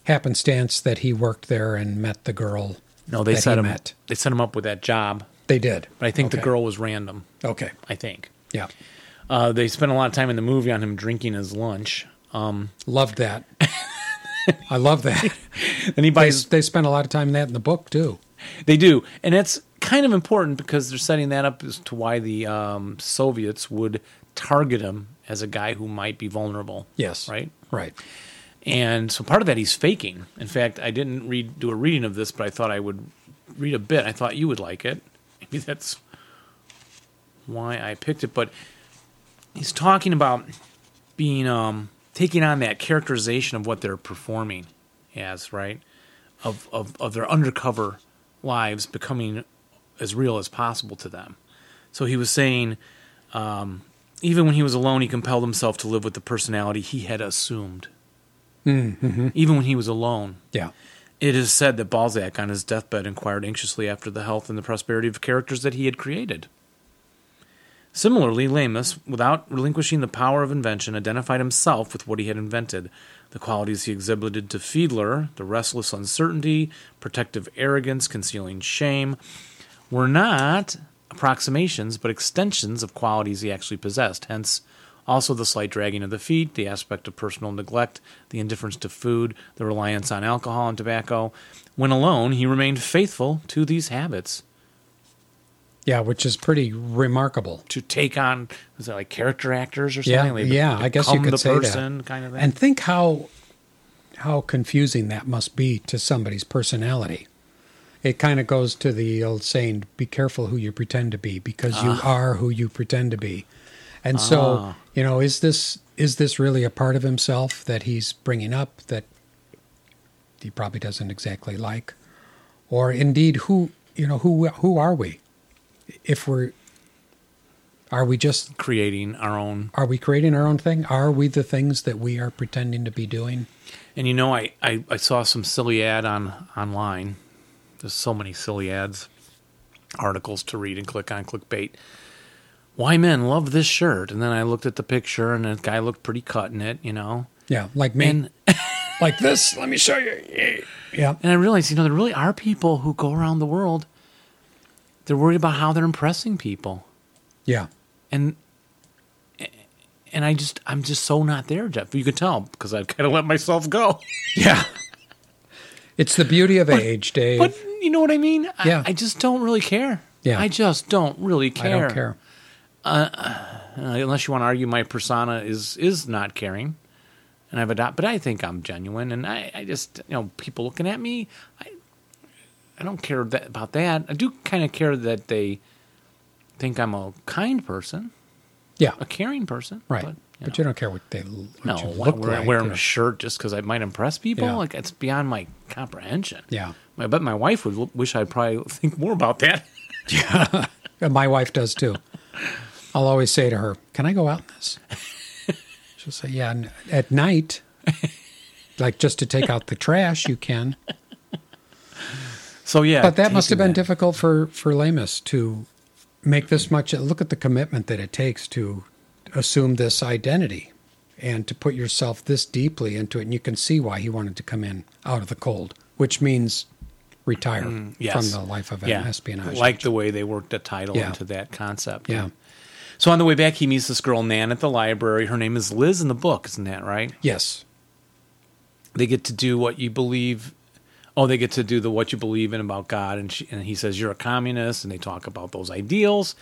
[SPEAKER 1] happenstance that he worked there and met the girl?
[SPEAKER 8] No, they
[SPEAKER 1] that
[SPEAKER 8] set
[SPEAKER 1] he
[SPEAKER 8] him.
[SPEAKER 1] met?
[SPEAKER 8] They set him up with that job.
[SPEAKER 1] They did,
[SPEAKER 8] But I think the
[SPEAKER 1] Okay.
[SPEAKER 8] girl was random.
[SPEAKER 1] Okay,
[SPEAKER 8] I think.
[SPEAKER 1] yeah,
[SPEAKER 8] Uh, they spent a lot of time in the movie on him drinking his lunch. Um,
[SPEAKER 1] loved that. I love that.
[SPEAKER 8] and he
[SPEAKER 1] They,
[SPEAKER 8] buys,
[SPEAKER 1] they spent a lot of time in that in the book too.
[SPEAKER 8] they do. And that's kind of important because they're setting that up as to why the um, Soviets would target him as a guy who might be vulnerable.
[SPEAKER 1] Yes,
[SPEAKER 8] Right?
[SPEAKER 1] right.
[SPEAKER 8] And so part of that he's faking. In fact, I didn't read do a reading of this, but I thought I would read a bit. I thought you would like it. Maybe that's why I picked it. But he's talking about being um, taking on that characterization of what they're performing as, right? Of of of their undercover lives becoming as real as possible to them. So he was saying, um, even when he was alone, he compelled himself to live with the personality he had assumed even when he was alone.
[SPEAKER 1] Mm-hmm. Yeah,
[SPEAKER 8] It is said that Balzac, on his deathbed, inquired anxiously after the health and the prosperity of characters that he had created. Similarly, Lamus, without relinquishing the power of invention, identified himself with what he had invented. The qualities he exhibited to Fiedler, the restless uncertainty, protective arrogance, concealing shame, were not approximations but extensions of qualities he actually possessed. Hence, also the slight dragging of the feet, the aspect of personal neglect, the indifference to food, the reliance on alcohol and tobacco. When alone, he remained faithful to these habits
[SPEAKER 1] yeah, which is pretty remarkable.
[SPEAKER 8] to take on was that like character actors or
[SPEAKER 1] Yeah,
[SPEAKER 8] something? They
[SPEAKER 1] yeah, I guess you
[SPEAKER 8] become
[SPEAKER 1] could
[SPEAKER 8] the
[SPEAKER 1] say that.
[SPEAKER 8] person kind of thing.
[SPEAKER 1] And think how how confusing that must be to somebody's personality. It kind of goes to the old saying, be careful who you pretend to be because you
[SPEAKER 8] Ah.
[SPEAKER 1] are who you pretend to be. And so, you know, is this is this really a part of himself that he's bringing up that he probably doesn't exactly like? Or indeed who, you know, who who are we? If we're are we just
[SPEAKER 8] creating our own
[SPEAKER 1] are we creating our own thing? Are we the things that we are pretending to be doing?
[SPEAKER 8] And you know, I, I, I saw some silly ad on online. There's so many silly ads, articles to read and click on clickbait. Why men love this shirt? And then I looked at the picture, and the guy looked pretty cut in it, you know.
[SPEAKER 1] Yeah, like me,
[SPEAKER 8] And
[SPEAKER 1] like this. Let me show you. Yeah,
[SPEAKER 8] and I realized, you know, there really are people who go around the world. They're worried about how they're impressing people,
[SPEAKER 1] yeah,
[SPEAKER 8] and and I just I'm just so not there, Jeff. You could tell because I've kind of let myself go.
[SPEAKER 1] yeah. It's the beauty of age, Dave.
[SPEAKER 8] But You know what I mean? I,
[SPEAKER 1] Yeah.
[SPEAKER 8] I just don't really care.
[SPEAKER 1] Yeah.
[SPEAKER 8] I just don't really
[SPEAKER 1] I
[SPEAKER 8] care.
[SPEAKER 1] don't care.
[SPEAKER 8] Uh, unless you want to argue my persona is is not caring, and I've adopted. But I think I'm genuine, and I, I just you know people looking at me, I I don't care that, about that. I do kind of care that they think I'm a kind person,
[SPEAKER 1] Yeah,
[SPEAKER 8] a caring person,
[SPEAKER 1] right.
[SPEAKER 8] But,
[SPEAKER 1] But,
[SPEAKER 8] you
[SPEAKER 1] you don't care what they l- what
[SPEAKER 8] no,
[SPEAKER 1] you
[SPEAKER 8] why
[SPEAKER 1] look
[SPEAKER 8] wear,
[SPEAKER 1] like.
[SPEAKER 8] wearing
[SPEAKER 1] or-
[SPEAKER 8] a shirt just because I might impress people?
[SPEAKER 1] Yeah.
[SPEAKER 8] Like it's beyond my comprehension.
[SPEAKER 1] Yeah.
[SPEAKER 8] I bet my wife would l- wish I'd probably think more about that.
[SPEAKER 1] Yeah, My wife does too. I'll always say to her, "Can I go out in this?" She'll say, "Yeah, n- at night, like just to take out the trash, you can."
[SPEAKER 8] So yeah,
[SPEAKER 1] But that must have
[SPEAKER 8] taking
[SPEAKER 1] been
[SPEAKER 8] that.
[SPEAKER 1] difficult for for Lamus to make this much. Look at the commitment that it takes to assume this identity and to put yourself this deeply into it. And you can see why he wanted to come in out of the cold, which means retire
[SPEAKER 8] Mm, Yes.
[SPEAKER 1] from the life of an espionage.
[SPEAKER 8] Like the way they worked a title
[SPEAKER 1] Yeah.
[SPEAKER 8] into that concept.
[SPEAKER 1] yeah,
[SPEAKER 8] So on the way back, he meets this girl Nan at the library. Her name is Liz in the book, isn't that right?
[SPEAKER 1] yes,
[SPEAKER 8] They get to do what you believe. Oh, they get to do the what you believe in about God, and she, and he says you're a communist, and they talk about those ideals.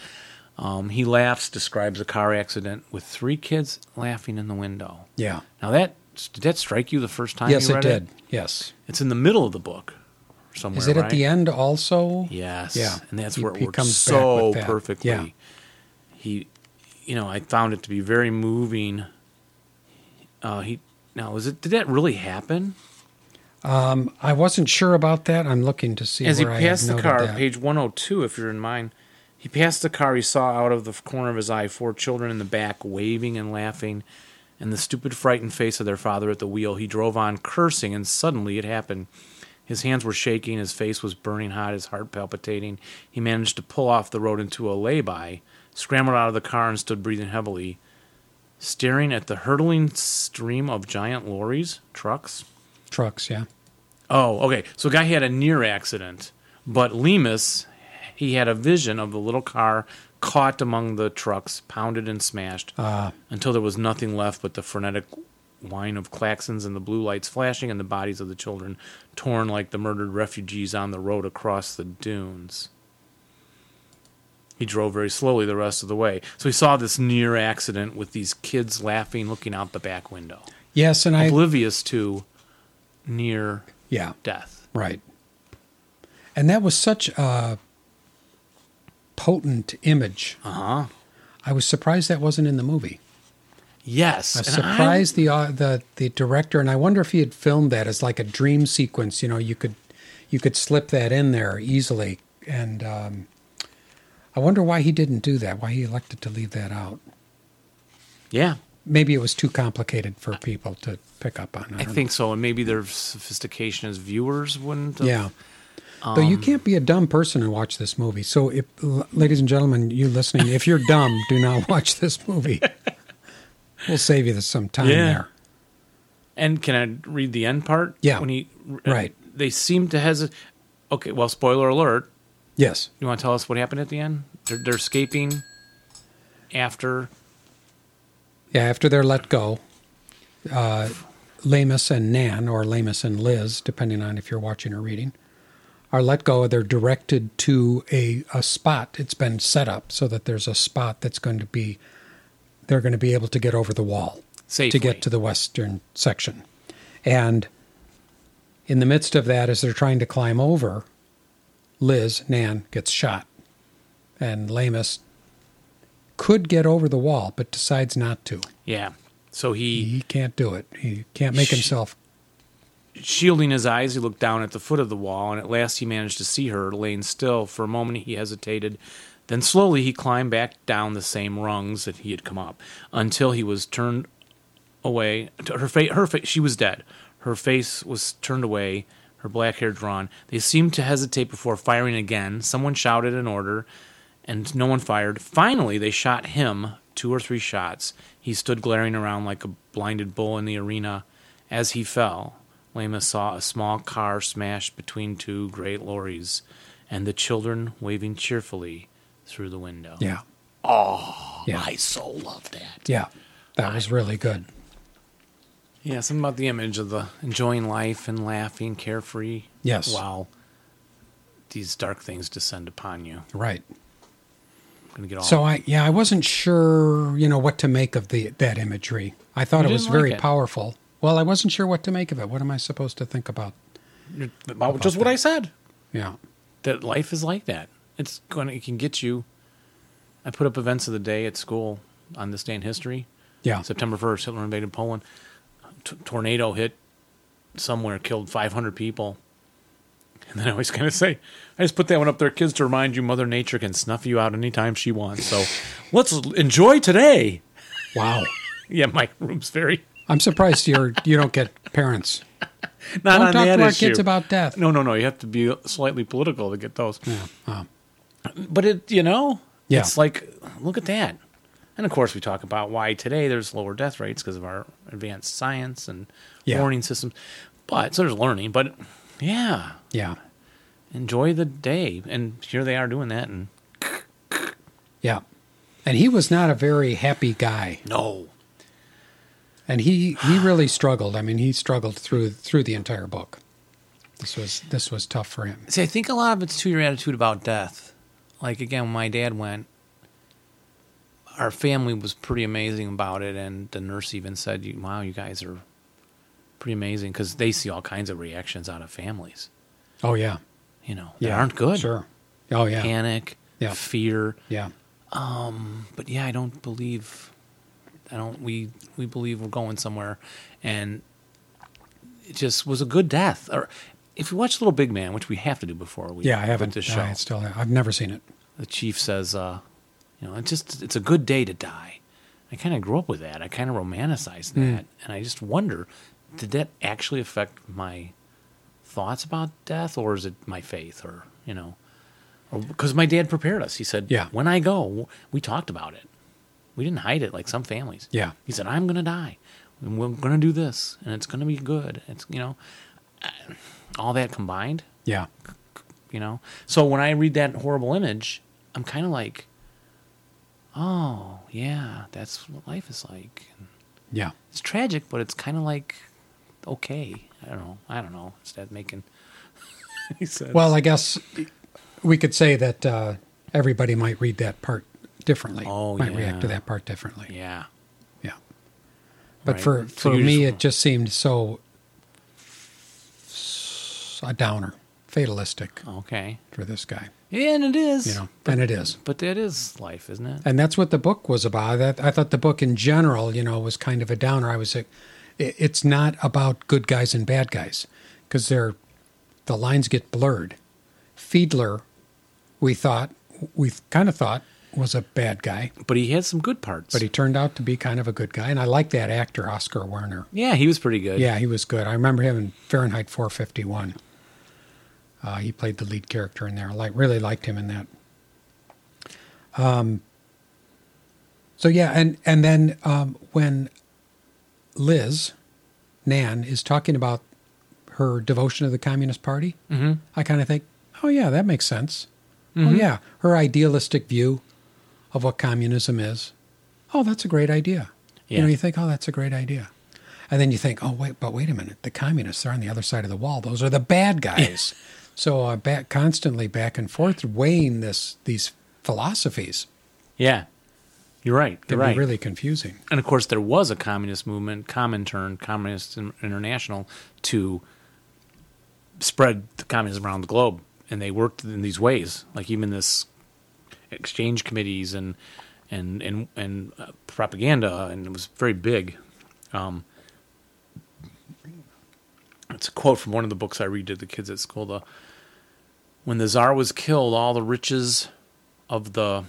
[SPEAKER 8] Um, he laughs, describes a car accident with three kids laughing in the window.
[SPEAKER 1] yeah,
[SPEAKER 8] Now that did that strike you the first time?
[SPEAKER 1] yes.
[SPEAKER 8] you
[SPEAKER 1] It
[SPEAKER 8] read
[SPEAKER 1] did. Yes.
[SPEAKER 8] It's in the middle of the book, somewhere.
[SPEAKER 1] Is it
[SPEAKER 8] right?
[SPEAKER 1] at the end also?
[SPEAKER 8] Yes.
[SPEAKER 1] Yeah.
[SPEAKER 8] And that's
[SPEAKER 1] He-
[SPEAKER 8] where it
[SPEAKER 1] he
[SPEAKER 8] works
[SPEAKER 1] comes back
[SPEAKER 8] so
[SPEAKER 1] with that.
[SPEAKER 8] perfectly.
[SPEAKER 1] Yeah.
[SPEAKER 8] He, you know, I found it to be very moving. Uh, he now was it? Did that really happen?
[SPEAKER 1] Um, I wasn't sure about that. I'm looking to see
[SPEAKER 8] As he
[SPEAKER 1] where I had
[SPEAKER 8] passed the
[SPEAKER 1] noted
[SPEAKER 8] car,
[SPEAKER 1] that.
[SPEAKER 8] page one hundred two, if you're in mine, he passed the car. He saw out of the corner of his eye four children in the back waving and laughing, and the stupid, frightened face of their father at the wheel. He drove on, cursing, and suddenly it happened. His hands were shaking, his face was burning hot, his heart palpitating. He managed to pull off the road into a lay-by, scrambled out of the car, and stood breathing heavily, staring at the hurtling stream of giant lorries, trucks.
[SPEAKER 1] trucks. Yeah.
[SPEAKER 8] Oh, okay. So guy had a near accident, but Lemus, he had a vision of the little car caught among the trucks, pounded and smashed until there was nothing left but the frenetic whine of claxons and the blue lights flashing and the bodies of the children torn like the murdered refugees on the road across the dunes. He drove very slowly the rest of the way. So he saw this near accident with these kids laughing, looking out the back window,
[SPEAKER 1] Yes, and I.
[SPEAKER 8] oblivious to near
[SPEAKER 1] yeah.
[SPEAKER 8] death.
[SPEAKER 1] Right. And that was such a potent image. Uh huh. I was surprised that wasn't in the movie.
[SPEAKER 8] Yes.
[SPEAKER 1] I was
[SPEAKER 8] and I'm-
[SPEAKER 1] surprised the, uh, the the director, and I wonder if he had filmed that as like a dream sequence. You know, you could you could slip that in there easily, and um, I wonder why he didn't do that. Why he elected to leave that out.
[SPEAKER 8] yeah,
[SPEAKER 1] Maybe it was too complicated for people to pick up on.
[SPEAKER 8] I
[SPEAKER 1] don't
[SPEAKER 8] think so. And maybe their sophistication as viewers wouldn't. have-
[SPEAKER 1] Yeah. Though you can't be a dumb person and watch this movie. So, if, l- ladies and gentlemen, you listening, if you're dumb, do not watch this movie. We'll save you some time
[SPEAKER 8] Yeah.
[SPEAKER 1] there.
[SPEAKER 8] And can I read the end part?
[SPEAKER 1] Yeah.
[SPEAKER 8] When he uh,
[SPEAKER 1] Right.
[SPEAKER 8] They seem to hesitate. Okay. Well, spoiler alert.
[SPEAKER 1] Yes.
[SPEAKER 8] You want to tell us what happened at the end? They're, they're escaping after.
[SPEAKER 1] Yeah. After they're let go, uh, Lamus and Nan, or Lamus and Liz, depending on if you're watching or reading, are let go. They're directed to a, a spot. It's been set up so that there's a spot that's going to be, they're going to be able to get over the wall.
[SPEAKER 8] Safely.
[SPEAKER 1] to get to the western section. And in the midst of that, as they're trying to climb over, Liz, Nan, gets shot. And Lamus could get over the wall, but decides not to.
[SPEAKER 8] Yeah. So he,
[SPEAKER 1] He can't do it. He can't make himself.
[SPEAKER 8] shielding his eyes, he looked down at the foot of the wall, and at last he managed to see her laying still. For a moment, he hesitated. Then slowly he climbed back down the same rungs that he had come up until he was turned away. to- Her face, her face, she was dead. Her face was turned away, her black hair drawn. They seemed to hesitate before firing again. Someone shouted an order, and no one fired. Finally, they shot him two or three shots. He stood glaring around like a blinded bull in the arena. As he fell, Lama saw a small car smashed between two great lorries, and the children waving cheerfully through the window.
[SPEAKER 1] Yeah. Oh, yeah.
[SPEAKER 8] I so love that.
[SPEAKER 1] yeah. That was really good.
[SPEAKER 8] Yeah, something about the image of the enjoying life and laughing, carefree.
[SPEAKER 1] Yes.
[SPEAKER 8] While these dark things descend upon you.
[SPEAKER 1] Right.
[SPEAKER 8] Gonna get all
[SPEAKER 1] So I yeah, I wasn't sure, you know, what to make of the that imagery. I thought
[SPEAKER 8] You
[SPEAKER 1] it was
[SPEAKER 8] didn't like
[SPEAKER 1] very
[SPEAKER 8] it.
[SPEAKER 1] powerful. Well, I wasn't sure what to make of it. What am I supposed to think about?
[SPEAKER 8] about just what I said.
[SPEAKER 1] Yeah.
[SPEAKER 8] That life is like that. It's going. to It can get you. I put up events of the day at school on this day in history.
[SPEAKER 1] Yeah.
[SPEAKER 8] September first, Hitler invaded Poland. T- tornado hit somewhere, killed five hundred people. And then I always kind of say, I just put that one up there, kids, to remind you Mother Nature can snuff you out anytime she wants. So let's enjoy today.
[SPEAKER 1] Wow.
[SPEAKER 8] Yeah, my room's very
[SPEAKER 1] I'm surprised you're you don't get parents.
[SPEAKER 8] not
[SPEAKER 1] Don't
[SPEAKER 8] on
[SPEAKER 1] talk
[SPEAKER 8] that
[SPEAKER 1] to our
[SPEAKER 8] issue.
[SPEAKER 1] kids about death.
[SPEAKER 8] No, no, no. You have to be slightly political to get those.
[SPEAKER 1] Yeah. Oh.
[SPEAKER 8] But it, you know,
[SPEAKER 1] Yeah.
[SPEAKER 8] it's like, look at that. And of course, we talk about why today there's lower death rates because of our advanced science and
[SPEAKER 1] Yeah.
[SPEAKER 8] warning systems. But so there's learning. But yeah,
[SPEAKER 1] Yeah.
[SPEAKER 8] enjoy the day. And here they are doing that. And
[SPEAKER 1] Yeah. And he was not a very happy guy.
[SPEAKER 8] no,
[SPEAKER 1] And he he really struggled. I mean, he struggled through through the entire book. This was this was tough for him.
[SPEAKER 8] See, I think a lot of it's to your attitude about death. Like again, when my dad went, our family was pretty amazing about it, and the nurse even said, "You- "Wow, you guys are pretty amazing," because they see all kinds of reactions out of families,
[SPEAKER 1] Oh yeah.
[SPEAKER 8] you know, that
[SPEAKER 1] Yeah.
[SPEAKER 8] aren't good.
[SPEAKER 1] Sure. Oh yeah.
[SPEAKER 8] Panic,
[SPEAKER 1] Yeah.
[SPEAKER 8] fear.
[SPEAKER 1] yeah.
[SPEAKER 8] But yeah, I don't believe. I don't. We we believe we're going somewhere, and it just was a good death. Or if you watch Little Big Man, which we have to do before we
[SPEAKER 1] Yeah, I
[SPEAKER 8] put
[SPEAKER 1] haven't.
[SPEAKER 8] this
[SPEAKER 1] I
[SPEAKER 8] show.
[SPEAKER 1] still, I've never seen it.
[SPEAKER 8] the chief says, uh, you know, it's just it's a good day to die. I kind of grew up with that. I kind of romanticized
[SPEAKER 1] Hmm.
[SPEAKER 8] that, and I just wonder, did that actually affect my thoughts about death, or is it my faith, or you know, because my dad prepared us. He said,
[SPEAKER 1] Yeah.
[SPEAKER 8] when I go, we talked about it. We didn't hide it like some families.
[SPEAKER 1] Yeah.
[SPEAKER 8] he said, I'm gonna die, and we're gonna do this, and it's gonna be good. It's you know, uh, all that combined,
[SPEAKER 1] Yeah.
[SPEAKER 8] you know so when i read that horrible image i'm kind of like oh yeah that's what life is like
[SPEAKER 1] Yeah.
[SPEAKER 8] it's tragic but it's kind of like okay i don't know i don't know is that making he said
[SPEAKER 1] Well, I guess we could say that uh, everybody might read that part differently.
[SPEAKER 8] Oh,
[SPEAKER 1] might
[SPEAKER 8] yeah.
[SPEAKER 1] react to that part differently.
[SPEAKER 8] yeah
[SPEAKER 1] Yeah. But
[SPEAKER 8] Right.
[SPEAKER 1] for
[SPEAKER 8] So
[SPEAKER 1] for
[SPEAKER 8] you
[SPEAKER 1] me,
[SPEAKER 8] just-
[SPEAKER 1] it just seemed so s- a downer, fatalistic
[SPEAKER 8] okay
[SPEAKER 1] for this guy.
[SPEAKER 8] yeah, and it is
[SPEAKER 1] You know, and it is.
[SPEAKER 8] but that is life isn't it
[SPEAKER 1] and that's what the book was about. That I thought the book in general, you know, was kind of a downer. I was, like, it- it's not about good guys and bad guys because they're the lines get blurred. Fiedler, we thought, we kind of thought was a bad guy,
[SPEAKER 8] but he has some good parts
[SPEAKER 1] but he turned out to be kind of a good guy, and I like that actor Oscar Werner.
[SPEAKER 8] yeah he was pretty good
[SPEAKER 1] Yeah, he was good. I remember him in Fahrenheit 451. Uh, he played the lead character in there. I like really liked him in that. Um, so yeah, and and then um, when Liz Nan is talking about her devotion to the Communist Party,
[SPEAKER 8] Mm-hmm.
[SPEAKER 1] I kind of think, oh yeah, that makes sense. Oh yeah, her idealistic view of what communism is. Oh, that's a great idea. You know,
[SPEAKER 8] Yeah.
[SPEAKER 1] you think, oh, that's a great idea. And then you think, oh, wait, but wait a minute. The communists are on the other side of the wall. Those are the bad guys. so uh, back, constantly back and forth weighing this these philosophies
[SPEAKER 8] yeah you're right
[SPEAKER 1] can
[SPEAKER 8] you're right
[SPEAKER 1] be really confusing.
[SPEAKER 8] and of course there was a communist movement comintern communist In- international to spread the communism around the globe and they worked in these ways like even this exchange committees and and and and uh, propaganda and it was very big um it's a quote from one of the books I read to the kids at school the when the czar was killed all the riches of the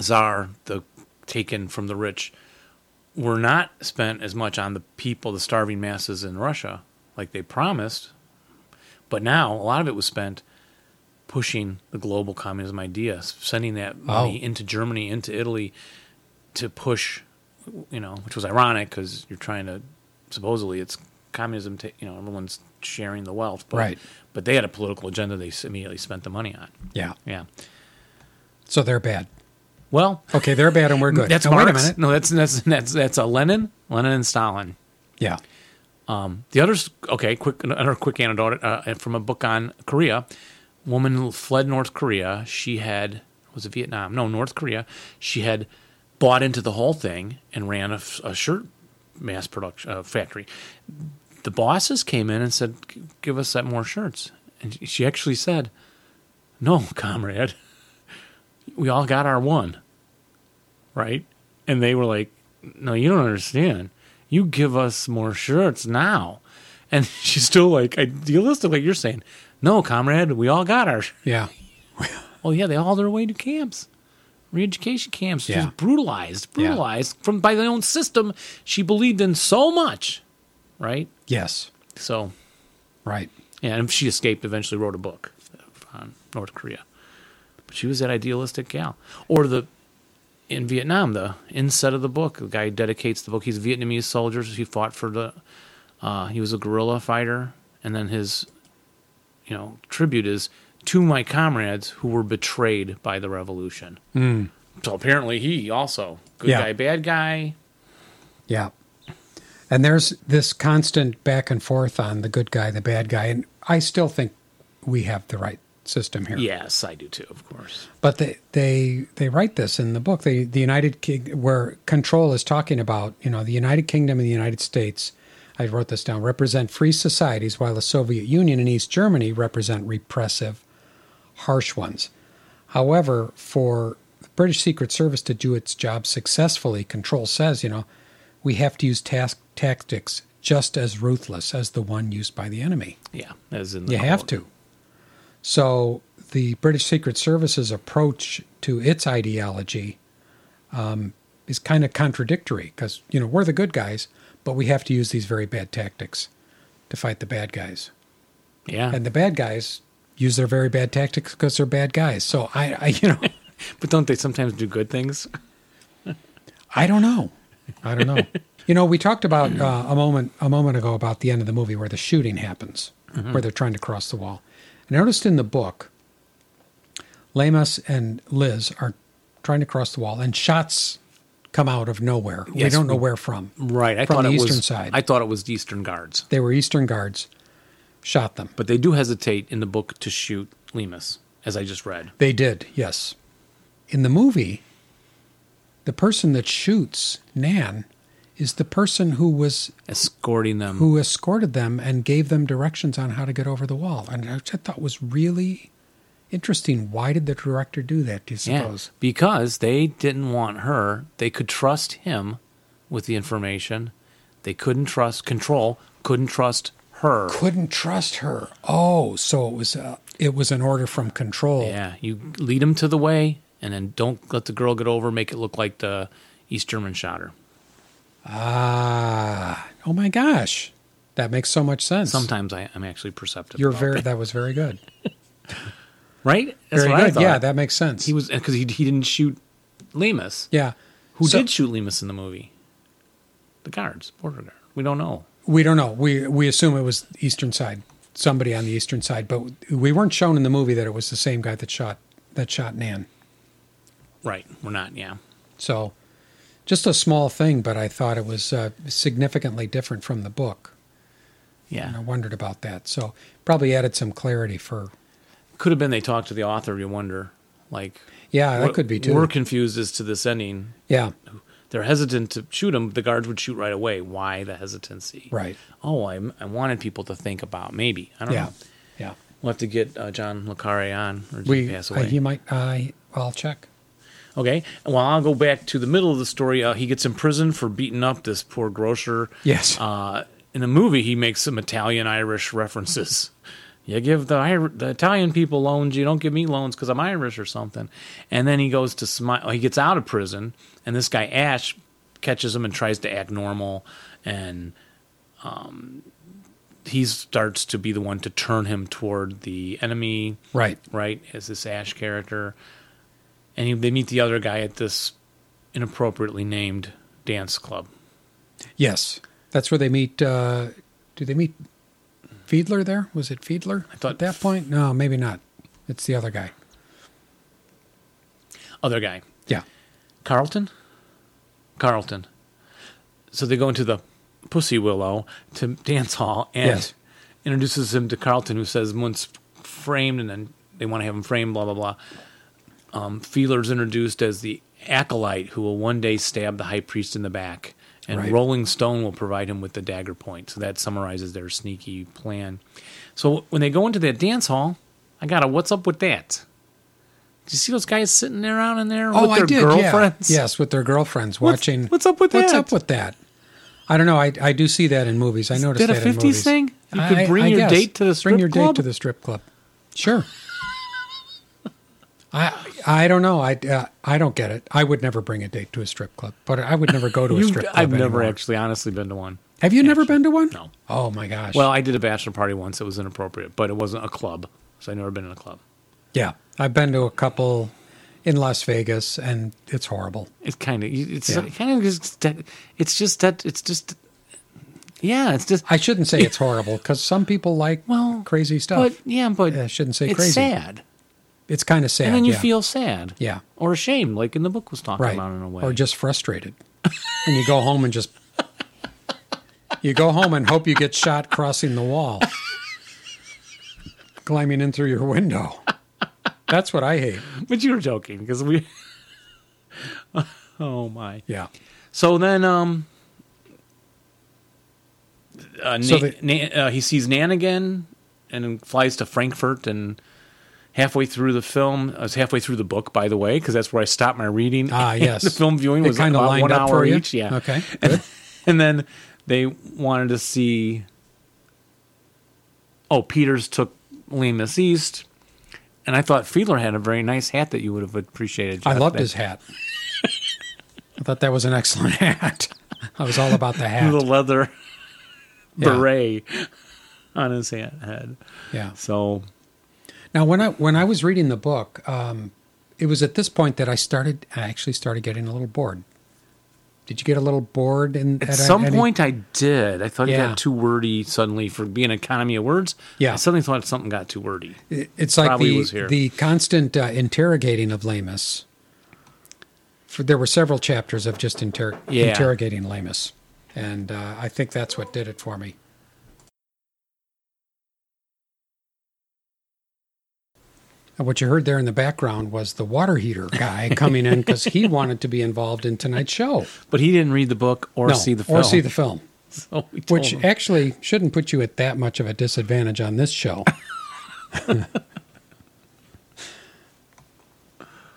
[SPEAKER 8] czar, the taken from the rich, were not spent as much on the people, the starving masses in Russia, like they promised. But now a lot of it was spent pushing the global communism idea, sending that money
[SPEAKER 1] Oh.
[SPEAKER 8] into Germany, into Italy, to push, you know, which was ironic because you're trying to supposedly it's communism. ta you know, everyone's sharing the wealth, but,
[SPEAKER 1] Right.
[SPEAKER 8] But they had a political agenda. They s- immediately spent the money on.
[SPEAKER 1] Yeah.
[SPEAKER 8] Yeah.
[SPEAKER 1] So they're bad.
[SPEAKER 8] Well,
[SPEAKER 1] Okay, they're bad and we're good.
[SPEAKER 8] that's
[SPEAKER 1] now,
[SPEAKER 8] Marx.
[SPEAKER 1] wait a minute.
[SPEAKER 8] No, that's that's that's that's a Lenin, Lenin and Stalin.
[SPEAKER 1] Yeah.
[SPEAKER 8] The others, okay. Quick, another quick anecdote uh, from a book on Korea. woman fled North Korea. She had was it Vietnam? No, North Korea. She had bought into the whole thing and ran a, f- a shirt mass production uh, factory. The bosses came in and said, "G- "Give us that more shirts." And she actually said, "No, comrade, we all got our one, right?" And they were like, "No, you don't understand. You give us more shirts now." And she's still like idealistic, like you're saying, "No, comrade, we all got our."
[SPEAKER 1] Yeah.
[SPEAKER 8] Oh yeah, they all their way to camps, re-education camps,
[SPEAKER 1] Yeah.
[SPEAKER 8] just brutalized,
[SPEAKER 1] Yeah.
[SPEAKER 8] brutalized from by their own system she believed in so much, right?
[SPEAKER 1] Yes.
[SPEAKER 8] So
[SPEAKER 1] Right.
[SPEAKER 8] yeah, and she escaped. Eventually, wrote a book uh, on North Korea, but she was that idealistic gal. Or the in Vietnam, the inset of the book, the guy dedicates the book. He's a Vietnamese soldier. So he fought for the. Uh, he was a guerrilla fighter, and then his, you know, tribute is to my comrades who were betrayed by the revolution.
[SPEAKER 1] Mm.
[SPEAKER 8] So apparently, he also good
[SPEAKER 1] Yeah.
[SPEAKER 8] guy, bad guy.
[SPEAKER 1] Yeah. And there's this constant back and forth on the good guy, the bad guy. And I still think we have the right system here.
[SPEAKER 8] Yes, I do too, of course.
[SPEAKER 1] But they, they, they write this in the book. They, the United King, where control is talking about, you know, the United Kingdom and the United States, I wrote this down, represent free societies, while the Soviet Union and East Germany represent repressive, harsh ones. However, for the British Secret Service to do its job successfully, control says, you know, we have to use task tactics just as ruthless as the one used by the enemy.
[SPEAKER 8] Yeah, as in the
[SPEAKER 1] You have
[SPEAKER 8] quote.
[SPEAKER 1] to. So the British Secret Service's approach to its ideology um, is kind of contradictory because you know we're the good guys, but we have to use these very bad tactics to fight the bad guys,
[SPEAKER 8] Yeah,
[SPEAKER 1] and the bad guys use their very bad tactics because they're bad guys. So I, I you know,
[SPEAKER 8] but don't they sometimes do good things?
[SPEAKER 1] I don't know, I don't know. you know, we talked about uh, a moment a moment ago about the end of the movie where the shooting happens,
[SPEAKER 8] Mhm.
[SPEAKER 1] where they're trying to cross the wall. And I noticed in the book, Lamus and Liz are trying to cross the wall, and shots come out of nowhere. we
[SPEAKER 8] Yes,
[SPEAKER 1] don't know
[SPEAKER 8] we-
[SPEAKER 1] where from.
[SPEAKER 8] Right. I
[SPEAKER 1] from
[SPEAKER 8] thought
[SPEAKER 1] the
[SPEAKER 8] it
[SPEAKER 1] eastern
[SPEAKER 8] was,
[SPEAKER 1] side.
[SPEAKER 8] I thought it was the Eastern Guards.
[SPEAKER 1] they were Eastern guards. Shot them.
[SPEAKER 8] But they do hesitate in the book to shoot Lemus, as I just read.
[SPEAKER 1] They did, yes. In the movie, the person that shoots Nan is the person who was
[SPEAKER 8] Escorting them.
[SPEAKER 1] who escorted them and gave them directions on how to get over the wall. And I just thought was really interesting. Why did the director do that, do you
[SPEAKER 8] yeah,
[SPEAKER 1] suppose?
[SPEAKER 8] because they didn't want her. They could trust him with the information. They couldn't trust control. Couldn't trust her.
[SPEAKER 1] Couldn't trust her. Oh, so it was uh, it was an order from control.
[SPEAKER 8] Yeah, you lead him to the way, and then don't let the girl get over. Make it look like the East German shot her.
[SPEAKER 1] Ah, oh my gosh, that makes so much sense.
[SPEAKER 8] Sometimes I, I'm actually perceptive.
[SPEAKER 1] You're
[SPEAKER 8] about
[SPEAKER 1] very.
[SPEAKER 8] that.
[SPEAKER 1] That was very good.
[SPEAKER 8] right.
[SPEAKER 1] very
[SPEAKER 8] what I
[SPEAKER 1] good. yeah,
[SPEAKER 8] thought.
[SPEAKER 1] that makes sense.
[SPEAKER 8] he was because he he didn't shoot Lemus.
[SPEAKER 1] yeah,
[SPEAKER 8] Who
[SPEAKER 1] So-
[SPEAKER 8] did shoot Lemus in the movie? The guards, border guard. We don't know.
[SPEAKER 1] we don't know. We we assume it was eastern side, somebody on the eastern side, but we weren't shown in the movie that it was the same guy that shot that shot Nan.
[SPEAKER 8] Right, we're not. Yeah,
[SPEAKER 1] So, just a small thing, but I thought it was uh, significantly different from the book.
[SPEAKER 8] yeah.
[SPEAKER 1] And I wondered about that. So probably added some clarity for.
[SPEAKER 8] Could have been they talked to the author. You wonder, like,
[SPEAKER 1] Yeah, that
[SPEAKER 8] we're-
[SPEAKER 1] could be too.
[SPEAKER 8] We're confused as to this ending.
[SPEAKER 1] Yeah,
[SPEAKER 8] They're hesitant to shoot him. The guards would shoot right away. Why the hesitancy?
[SPEAKER 1] right.
[SPEAKER 8] Oh, I, I wanted people to think about maybe. I don't
[SPEAKER 1] Yeah,
[SPEAKER 8] know.
[SPEAKER 1] yeah.
[SPEAKER 8] We'll have to get uh, John Lacare on, or did he
[SPEAKER 1] We
[SPEAKER 8] pass
[SPEAKER 1] uh,
[SPEAKER 8] away?
[SPEAKER 1] he might. I I'll check.
[SPEAKER 8] Okay. Well, I'll go back to the middle of the story. Uh, he gets imprisoned for beating up this poor grocer.
[SPEAKER 1] Yes.
[SPEAKER 8] Uh, in the movie, he makes some Italian Irish references. You give the, Ir- the Italian people loans, you don't give me loans because I'm Irish or something. And then he goes to smile. He gets out of prison, and this guy Ash catches him and tries to act normal, and um, he starts to be the one to turn him toward the enemy
[SPEAKER 1] Right.
[SPEAKER 8] right, as this Ash character. And he, they meet the other guy at this inappropriately named dance club.
[SPEAKER 1] Yes. That's where they meet. Uh, do they meet Fiedler there? Was it Fiedler I
[SPEAKER 8] thought-
[SPEAKER 1] at that point? No, maybe not. It's the other guy.
[SPEAKER 8] Other guy,
[SPEAKER 1] Yeah.
[SPEAKER 8] Carlton? Carlton. So they go into the Pussy Willow to dance hall and
[SPEAKER 1] Yes.
[SPEAKER 8] introduces him to Carlton, who says, once framed and then they want to have him framed, blah, blah, blah. Um, Feeler's introduced as the acolyte who will one day stab the high priest in the back, and
[SPEAKER 1] Right.
[SPEAKER 8] Rolling Stone will provide him with the dagger point. So that summarizes their sneaky plan. So when they go into that dance hall, I got a what's up with that? Do you see those guys sitting there out in there with their
[SPEAKER 1] Oh, yeah.
[SPEAKER 8] girlfriends?
[SPEAKER 1] Yes, with their girlfriends
[SPEAKER 8] What's-
[SPEAKER 1] watching.
[SPEAKER 8] what's up with
[SPEAKER 1] What's
[SPEAKER 8] that?
[SPEAKER 1] up with that? I don't know. I, I do see that in movies. I noticed
[SPEAKER 8] that a
[SPEAKER 1] that, in
[SPEAKER 8] 50s
[SPEAKER 1] movies.
[SPEAKER 8] thing? You could
[SPEAKER 1] I-
[SPEAKER 8] bring
[SPEAKER 1] I
[SPEAKER 8] your
[SPEAKER 1] guess.
[SPEAKER 8] date to the strip
[SPEAKER 1] Bring your
[SPEAKER 8] club?
[SPEAKER 1] date to the strip club. Sure. I I don't know. I uh, I don't get it. I would never bring a date to a strip club, but I would never go to a
[SPEAKER 8] You've-
[SPEAKER 1] strip club.
[SPEAKER 8] I've never
[SPEAKER 1] anymore.
[SPEAKER 8] actually, honestly, been to one.
[SPEAKER 1] Have you never been to one?
[SPEAKER 8] No.
[SPEAKER 1] Oh my gosh.
[SPEAKER 8] Well, I did a bachelor party once. It was inappropriate, but it wasn't a club, so I've never been in a club.
[SPEAKER 1] yeah, I've been to a couple in Las Vegas, and it's horrible.
[SPEAKER 8] It's kind of it's
[SPEAKER 1] Yeah.
[SPEAKER 8] kind of just that- it's just that it's just yeah, it's just
[SPEAKER 1] I shouldn't say it's horrible because some people like
[SPEAKER 8] Well,
[SPEAKER 1] crazy stuff.
[SPEAKER 8] but yeah, but
[SPEAKER 1] I shouldn't say
[SPEAKER 8] it's
[SPEAKER 1] crazy.
[SPEAKER 8] sad,
[SPEAKER 1] It's kind of sad.
[SPEAKER 8] and then you
[SPEAKER 1] yeah.
[SPEAKER 8] feel sad,
[SPEAKER 1] Yeah.
[SPEAKER 8] or ashamed, like in the book was talking about in a way,
[SPEAKER 1] or just frustrated, and you go home and just you go home and hope you get shot crossing the wall, climbing in through your window. That's what I hate.
[SPEAKER 8] but you were joking because we. oh my!
[SPEAKER 1] Yeah,
[SPEAKER 8] So then, um, uh,
[SPEAKER 1] So
[SPEAKER 8] Na-
[SPEAKER 1] the-
[SPEAKER 8] Na- uh, he sees Nan again and then flies to Frankfurt. And halfway through the film, I was halfway through the book, by the way, because that's where I stopped my reading.
[SPEAKER 1] Ah,
[SPEAKER 8] And
[SPEAKER 1] yes.
[SPEAKER 8] the film viewing
[SPEAKER 1] It
[SPEAKER 8] was
[SPEAKER 1] kinda
[SPEAKER 8] about
[SPEAKER 1] lined
[SPEAKER 8] one
[SPEAKER 1] up
[SPEAKER 8] hour
[SPEAKER 1] for you?
[SPEAKER 8] each. Yeah.
[SPEAKER 1] Okay,
[SPEAKER 8] And, and then they wanted to see. Oh, Peters took Lemus East. And I thought Fiedler had a very nice hat that you would have appreciated.
[SPEAKER 1] I
[SPEAKER 8] Jeff.
[SPEAKER 1] loved
[SPEAKER 8] That-
[SPEAKER 1] his hat. I thought that was an excellent hat. I was all about the
[SPEAKER 8] the
[SPEAKER 1] hat.
[SPEAKER 8] leather
[SPEAKER 1] Yeah.
[SPEAKER 8] beret on his ha- head.
[SPEAKER 1] Yeah.
[SPEAKER 8] So
[SPEAKER 1] Now, when I when I was reading the book, um, it was at this point that I started. I actually started getting a little bored. Did you get a little bored? In
[SPEAKER 8] at
[SPEAKER 1] at
[SPEAKER 8] some
[SPEAKER 1] any-
[SPEAKER 8] point, I did. I thought it
[SPEAKER 1] Yeah.
[SPEAKER 8] got too wordy suddenly for being economy of words.
[SPEAKER 1] Yeah.
[SPEAKER 8] I suddenly thought something got too wordy.
[SPEAKER 1] It- it's like
[SPEAKER 8] Probably
[SPEAKER 1] the
[SPEAKER 8] was here.
[SPEAKER 1] the constant uh, interrogating of Lamus. For, there were several chapters of just inter-
[SPEAKER 8] Yeah.
[SPEAKER 1] interrogating Lamus, and uh, I think that's what did it for me. And what you heard there in the background was the water heater guy coming in because he wanted to be involved in tonight's show
[SPEAKER 8] But he didn't read the book or
[SPEAKER 1] No,
[SPEAKER 8] see the film.
[SPEAKER 1] or see the film,
[SPEAKER 8] So we told
[SPEAKER 1] which
[SPEAKER 8] him.
[SPEAKER 1] actually shouldn't put you at that much of a disadvantage on this show.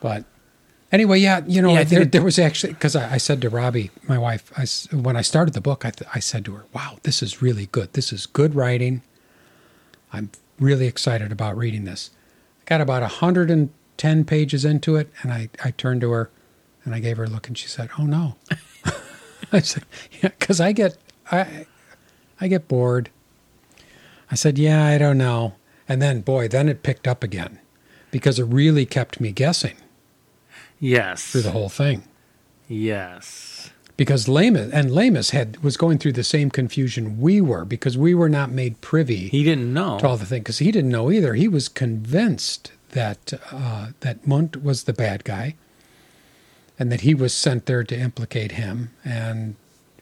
[SPEAKER 1] but anyway, yeah, you know,
[SPEAKER 8] Yeah, I think
[SPEAKER 1] there,
[SPEAKER 8] it-
[SPEAKER 1] there was actually because I, I said to Robbie, my wife, I s when I started the book, I, th- I said to her, "Wow, this is really good. This is good writing. I'm really excited about reading this." I got about 110 pages into it, and I, I turned to her, and I gave her a look, and she said, "Oh no." I said, "Yeah, because I get I I get bored." I said, "Yeah, I don't know." And then, boy, then it picked up again because it really kept me guessing
[SPEAKER 8] yes.
[SPEAKER 1] through the whole thing.
[SPEAKER 8] Yes.
[SPEAKER 1] Because Lamus and Lamus had was going through the same confusion we were because we were not made privy
[SPEAKER 8] He didn't know.
[SPEAKER 1] to all the thing because he didn't know either. He was convinced that uh, that Munt was the bad guy, and that he was sent there to implicate him. And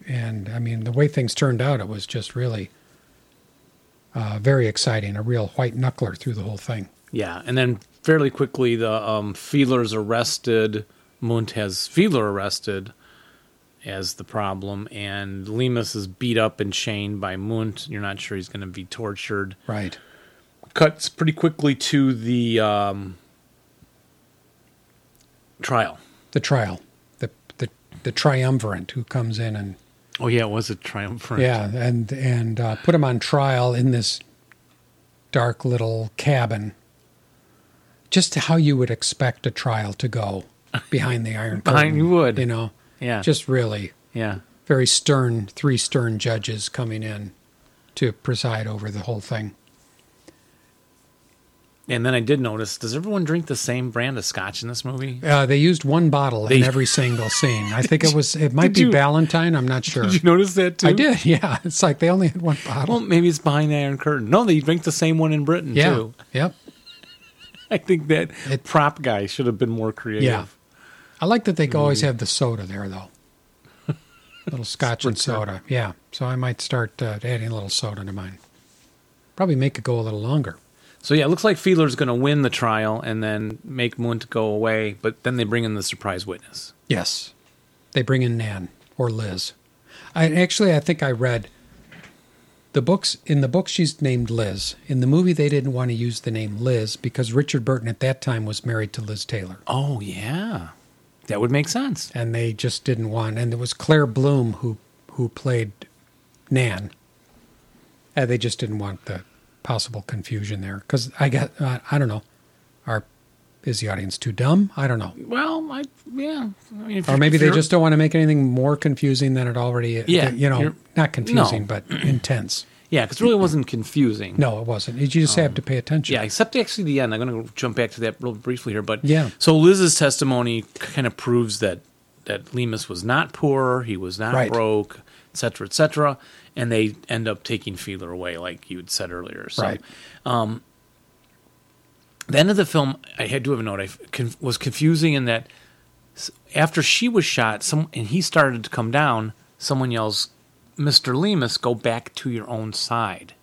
[SPEAKER 1] and I mean, the way things turned out, it was just really uh, very exciting. A real white knuckler through the whole thing.
[SPEAKER 8] Yeah, and then fairly quickly the um, Fiedler's arrested. Munt has Fiedler arrested as the problem, and Lemus is beat up and chained by Munt. You're not sure he's going to be tortured.
[SPEAKER 1] Right.
[SPEAKER 8] Cuts pretty quickly to the um, trial.
[SPEAKER 1] The trial, the the the triumvirate who comes in and
[SPEAKER 8] Oh yeah, it was a triumphant.
[SPEAKER 1] yeah, and and uh, put him on trial in this dark little cabin. Just how you would expect a trial to go behind the iron curtain.
[SPEAKER 8] Behind you would.
[SPEAKER 1] you know,
[SPEAKER 8] yeah,
[SPEAKER 1] just really
[SPEAKER 8] yeah.
[SPEAKER 1] very stern. Three stern judges coming in to preside over the whole thing.
[SPEAKER 8] And then I did notice: does everyone drink the same brand of scotch in this movie?
[SPEAKER 1] Uh, they used one bottle in
[SPEAKER 8] They-
[SPEAKER 1] every single scene. I think it was. It might
[SPEAKER 8] Did
[SPEAKER 1] be
[SPEAKER 8] you-
[SPEAKER 1] Valentine. I'm not sure.
[SPEAKER 8] Did you notice that too?
[SPEAKER 1] I did. Yeah, it's like they only had one bottle.
[SPEAKER 8] Well, maybe it's behind the Iron Curtain. No, they drink the same one in Britain
[SPEAKER 1] yeah.
[SPEAKER 8] too.
[SPEAKER 1] Yep.
[SPEAKER 8] I think that
[SPEAKER 1] It-
[SPEAKER 8] prop guy should have been more creative.
[SPEAKER 1] Yeah. I like that they always have the soda there, though. little scotch and soda. Yeah. So I might start uh, adding a little soda to mine. Probably make it go a little longer.
[SPEAKER 8] So yeah, it looks like Fiedler's going to win the trial and then make Munt go away, but then they bring in the surprise witness.
[SPEAKER 1] Yes. They bring in Nan or Liz. I actually I think I read the books in the book she's named Liz. In the movie they didn't want to use the name Liz because Richard Burton at that time was married to Liz Taylor.
[SPEAKER 8] Oh yeah. That would make sense.
[SPEAKER 1] And they just didn't want and it was Claire Bloom who who played Nan. And they just didn't want the possible confusion there cuz I got uh, I don't know. Are is the audience too dumb? I don't know.
[SPEAKER 8] Well, I yeah. I mean, if
[SPEAKER 1] Or
[SPEAKER 8] you-
[SPEAKER 1] maybe
[SPEAKER 8] if
[SPEAKER 1] they
[SPEAKER 8] you're-
[SPEAKER 1] just don't want to make anything more confusing than it already is.
[SPEAKER 8] Yeah,
[SPEAKER 1] You know,
[SPEAKER 8] you're-
[SPEAKER 1] not confusing,
[SPEAKER 8] no.
[SPEAKER 1] but intense.
[SPEAKER 8] yeah, because it really wasn't confusing.
[SPEAKER 1] No, it wasn't. You just have to pay attention.
[SPEAKER 8] Oh. Yeah, except actually the end. I'm going to jump back to that real briefly here, but
[SPEAKER 1] Yeah.
[SPEAKER 8] So Liz's testimony kind of proves that that Lemus was not poor, he was not
[SPEAKER 1] Right.
[SPEAKER 8] broke, et cetera, et cetera, and they end up taking Fiedler away, like you had said earlier. So,
[SPEAKER 1] Right.
[SPEAKER 8] Um, the end of the film, I had to have a note. I f- con- was confusing in that s- after she was shot, some and he started to come down. Someone yells, "Mr. Lemus, go back to your own side."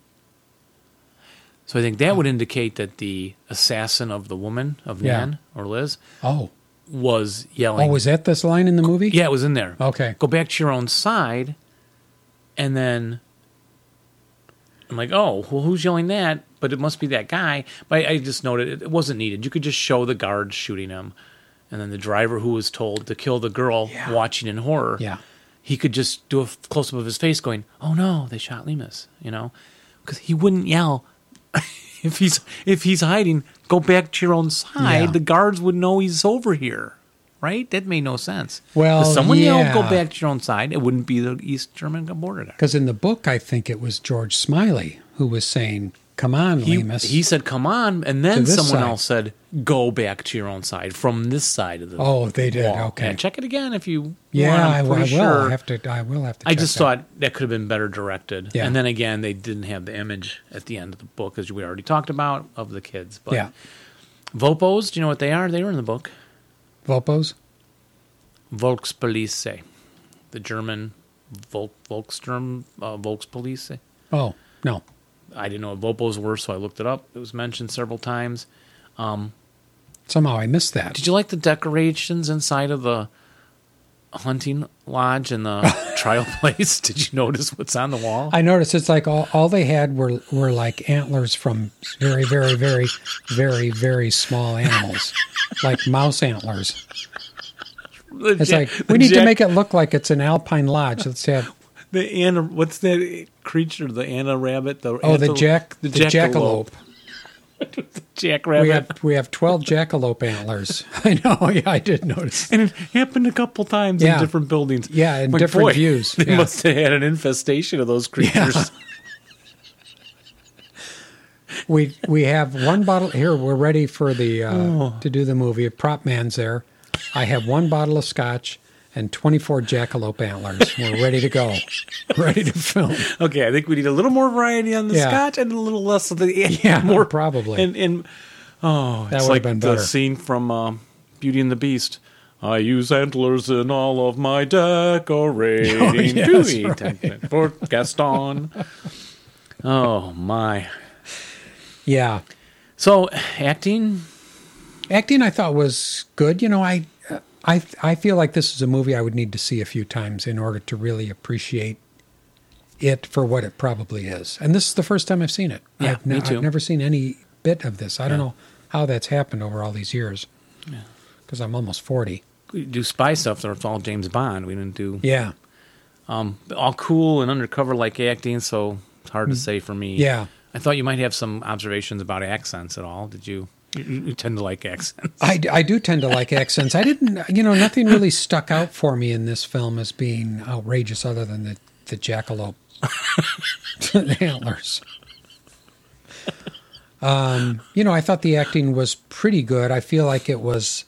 [SPEAKER 8] So I think that would indicate that the assassin of the woman of
[SPEAKER 1] Yeah.
[SPEAKER 8] Nan or Liz
[SPEAKER 1] Oh.
[SPEAKER 8] was yelling.
[SPEAKER 1] Oh, was that this line in the movie?
[SPEAKER 8] yeah, it was in there.
[SPEAKER 1] Okay.
[SPEAKER 8] Go back to your own side, and then I'm like, oh, well, who's yelling that? But it must be that guy. But I, I just noted it, it wasn't needed. You could just show the guard shooting him, and then the driver who was told to kill the girl watching in horror.
[SPEAKER 1] Yeah.
[SPEAKER 8] He could just do a close up of his face, going, "Oh no, they shot Lemus," you know, because he wouldn't yell if he's if he's hiding. Go back to your own side.
[SPEAKER 1] Yeah.
[SPEAKER 8] The guards would know he's over here, right? That made no sense.
[SPEAKER 1] Well,
[SPEAKER 8] if someone
[SPEAKER 1] yeah.
[SPEAKER 8] yelled, "Go back to your own side," it wouldn't be the East German border. there.
[SPEAKER 1] Because in the book, I think it was George Smiley who was saying, "Come on,
[SPEAKER 8] He,
[SPEAKER 1] Lemus."
[SPEAKER 8] he said, "Come on," and then
[SPEAKER 1] this
[SPEAKER 8] someone
[SPEAKER 1] side.
[SPEAKER 8] else said, "Go back to your own side from this side of the."
[SPEAKER 1] Oh, they did.
[SPEAKER 8] wall."
[SPEAKER 1] Okay.
[SPEAKER 8] Yeah, check it again if you.
[SPEAKER 1] yeah,
[SPEAKER 8] want. I'm
[SPEAKER 1] I, I will.
[SPEAKER 8] pretty
[SPEAKER 1] I
[SPEAKER 8] sure-
[SPEAKER 1] have to. I will have to.
[SPEAKER 8] I
[SPEAKER 1] check
[SPEAKER 8] just
[SPEAKER 1] that.
[SPEAKER 8] thought that could have been better directed.
[SPEAKER 1] Yeah.
[SPEAKER 8] And then again, they didn't have the image at the end of the book, as we already talked about, of the kids. But
[SPEAKER 1] Yeah,
[SPEAKER 8] Vopos, do you know what they are? They were in the book.
[SPEAKER 1] Volpos.
[SPEAKER 8] Volkspolizei, the German Volk, Volksturm, uh, Volkspolizei.
[SPEAKER 1] Oh no.
[SPEAKER 8] I didn't know what Vopos were, so I looked it up. It was mentioned several times.
[SPEAKER 1] Somehow I missed that.
[SPEAKER 8] Did you like the decorations inside of the hunting lodge and the trial place? Did you notice what's on the wall?
[SPEAKER 1] I noticed it's like all, all they had were were like antlers from very very very very very small animals, like mouse antlers. It's like we need to make it look like it's an alpine lodge. Let's have
[SPEAKER 8] The Anna, what's that creature? The Anna rabbit? The
[SPEAKER 1] oh the jack the, jackalope.
[SPEAKER 8] Jackrabbit.
[SPEAKER 1] We have we have twelve jackalope antlers. I know. Yeah, I did notice.
[SPEAKER 8] and it happened a couple times
[SPEAKER 1] Yeah.
[SPEAKER 8] in different buildings.
[SPEAKER 1] Yeah, in
[SPEAKER 8] Like,
[SPEAKER 1] different
[SPEAKER 8] boy,
[SPEAKER 1] views.
[SPEAKER 8] They
[SPEAKER 1] Yeah.
[SPEAKER 8] must have had an infestation of those creatures.
[SPEAKER 1] We we have one bottle here. We're ready for the uh,
[SPEAKER 8] Oh.
[SPEAKER 1] to do the movie. Prop man's there. I have one bottle of scotch and twenty four jackalope antlers. We're ready to go. Ready to film.
[SPEAKER 8] Okay, I think we need a little more variety on the
[SPEAKER 1] Yeah.
[SPEAKER 8] scotch and a little less of the
[SPEAKER 1] Yeah,
[SPEAKER 8] more
[SPEAKER 1] probably.
[SPEAKER 8] And, and oh,
[SPEAKER 1] That
[SPEAKER 8] it's
[SPEAKER 1] would've
[SPEAKER 8] like
[SPEAKER 1] been
[SPEAKER 8] the
[SPEAKER 1] better.
[SPEAKER 8] scene from uh, Beauty and the Beast. I use antlers in all of my decorating.
[SPEAKER 1] Oh, yes,
[SPEAKER 8] Dewey, Tenkman, for Gaston. oh my!
[SPEAKER 1] Yeah.
[SPEAKER 8] So acting,
[SPEAKER 1] Acting I thought was good. You know, I I I feel like this is a movie I would need to see a few times in order to really appreciate it for what it probably is. And this is the first time I've seen it.
[SPEAKER 8] Yeah,
[SPEAKER 1] I've,
[SPEAKER 8] me
[SPEAKER 1] I've
[SPEAKER 8] too.
[SPEAKER 1] never seen any bit of this. I don't know how that's happened over all these years. Because I'm almost forty.
[SPEAKER 8] we do spy stuff. That's all James Bond. We didn't do
[SPEAKER 1] Yeah.
[SPEAKER 8] all cool and undercover like acting. So it's hard to say for me.
[SPEAKER 1] Mm. Yeah.
[SPEAKER 8] I thought you might have some observations about accents at all. Did you? You, you tend to like accents.
[SPEAKER 1] I, d- I do tend to like accents. I didn't, you know, nothing really stuck out for me in this film as being outrageous other than the, the jackalope antlers. Um, you know, I thought the acting was pretty good. I feel like it was,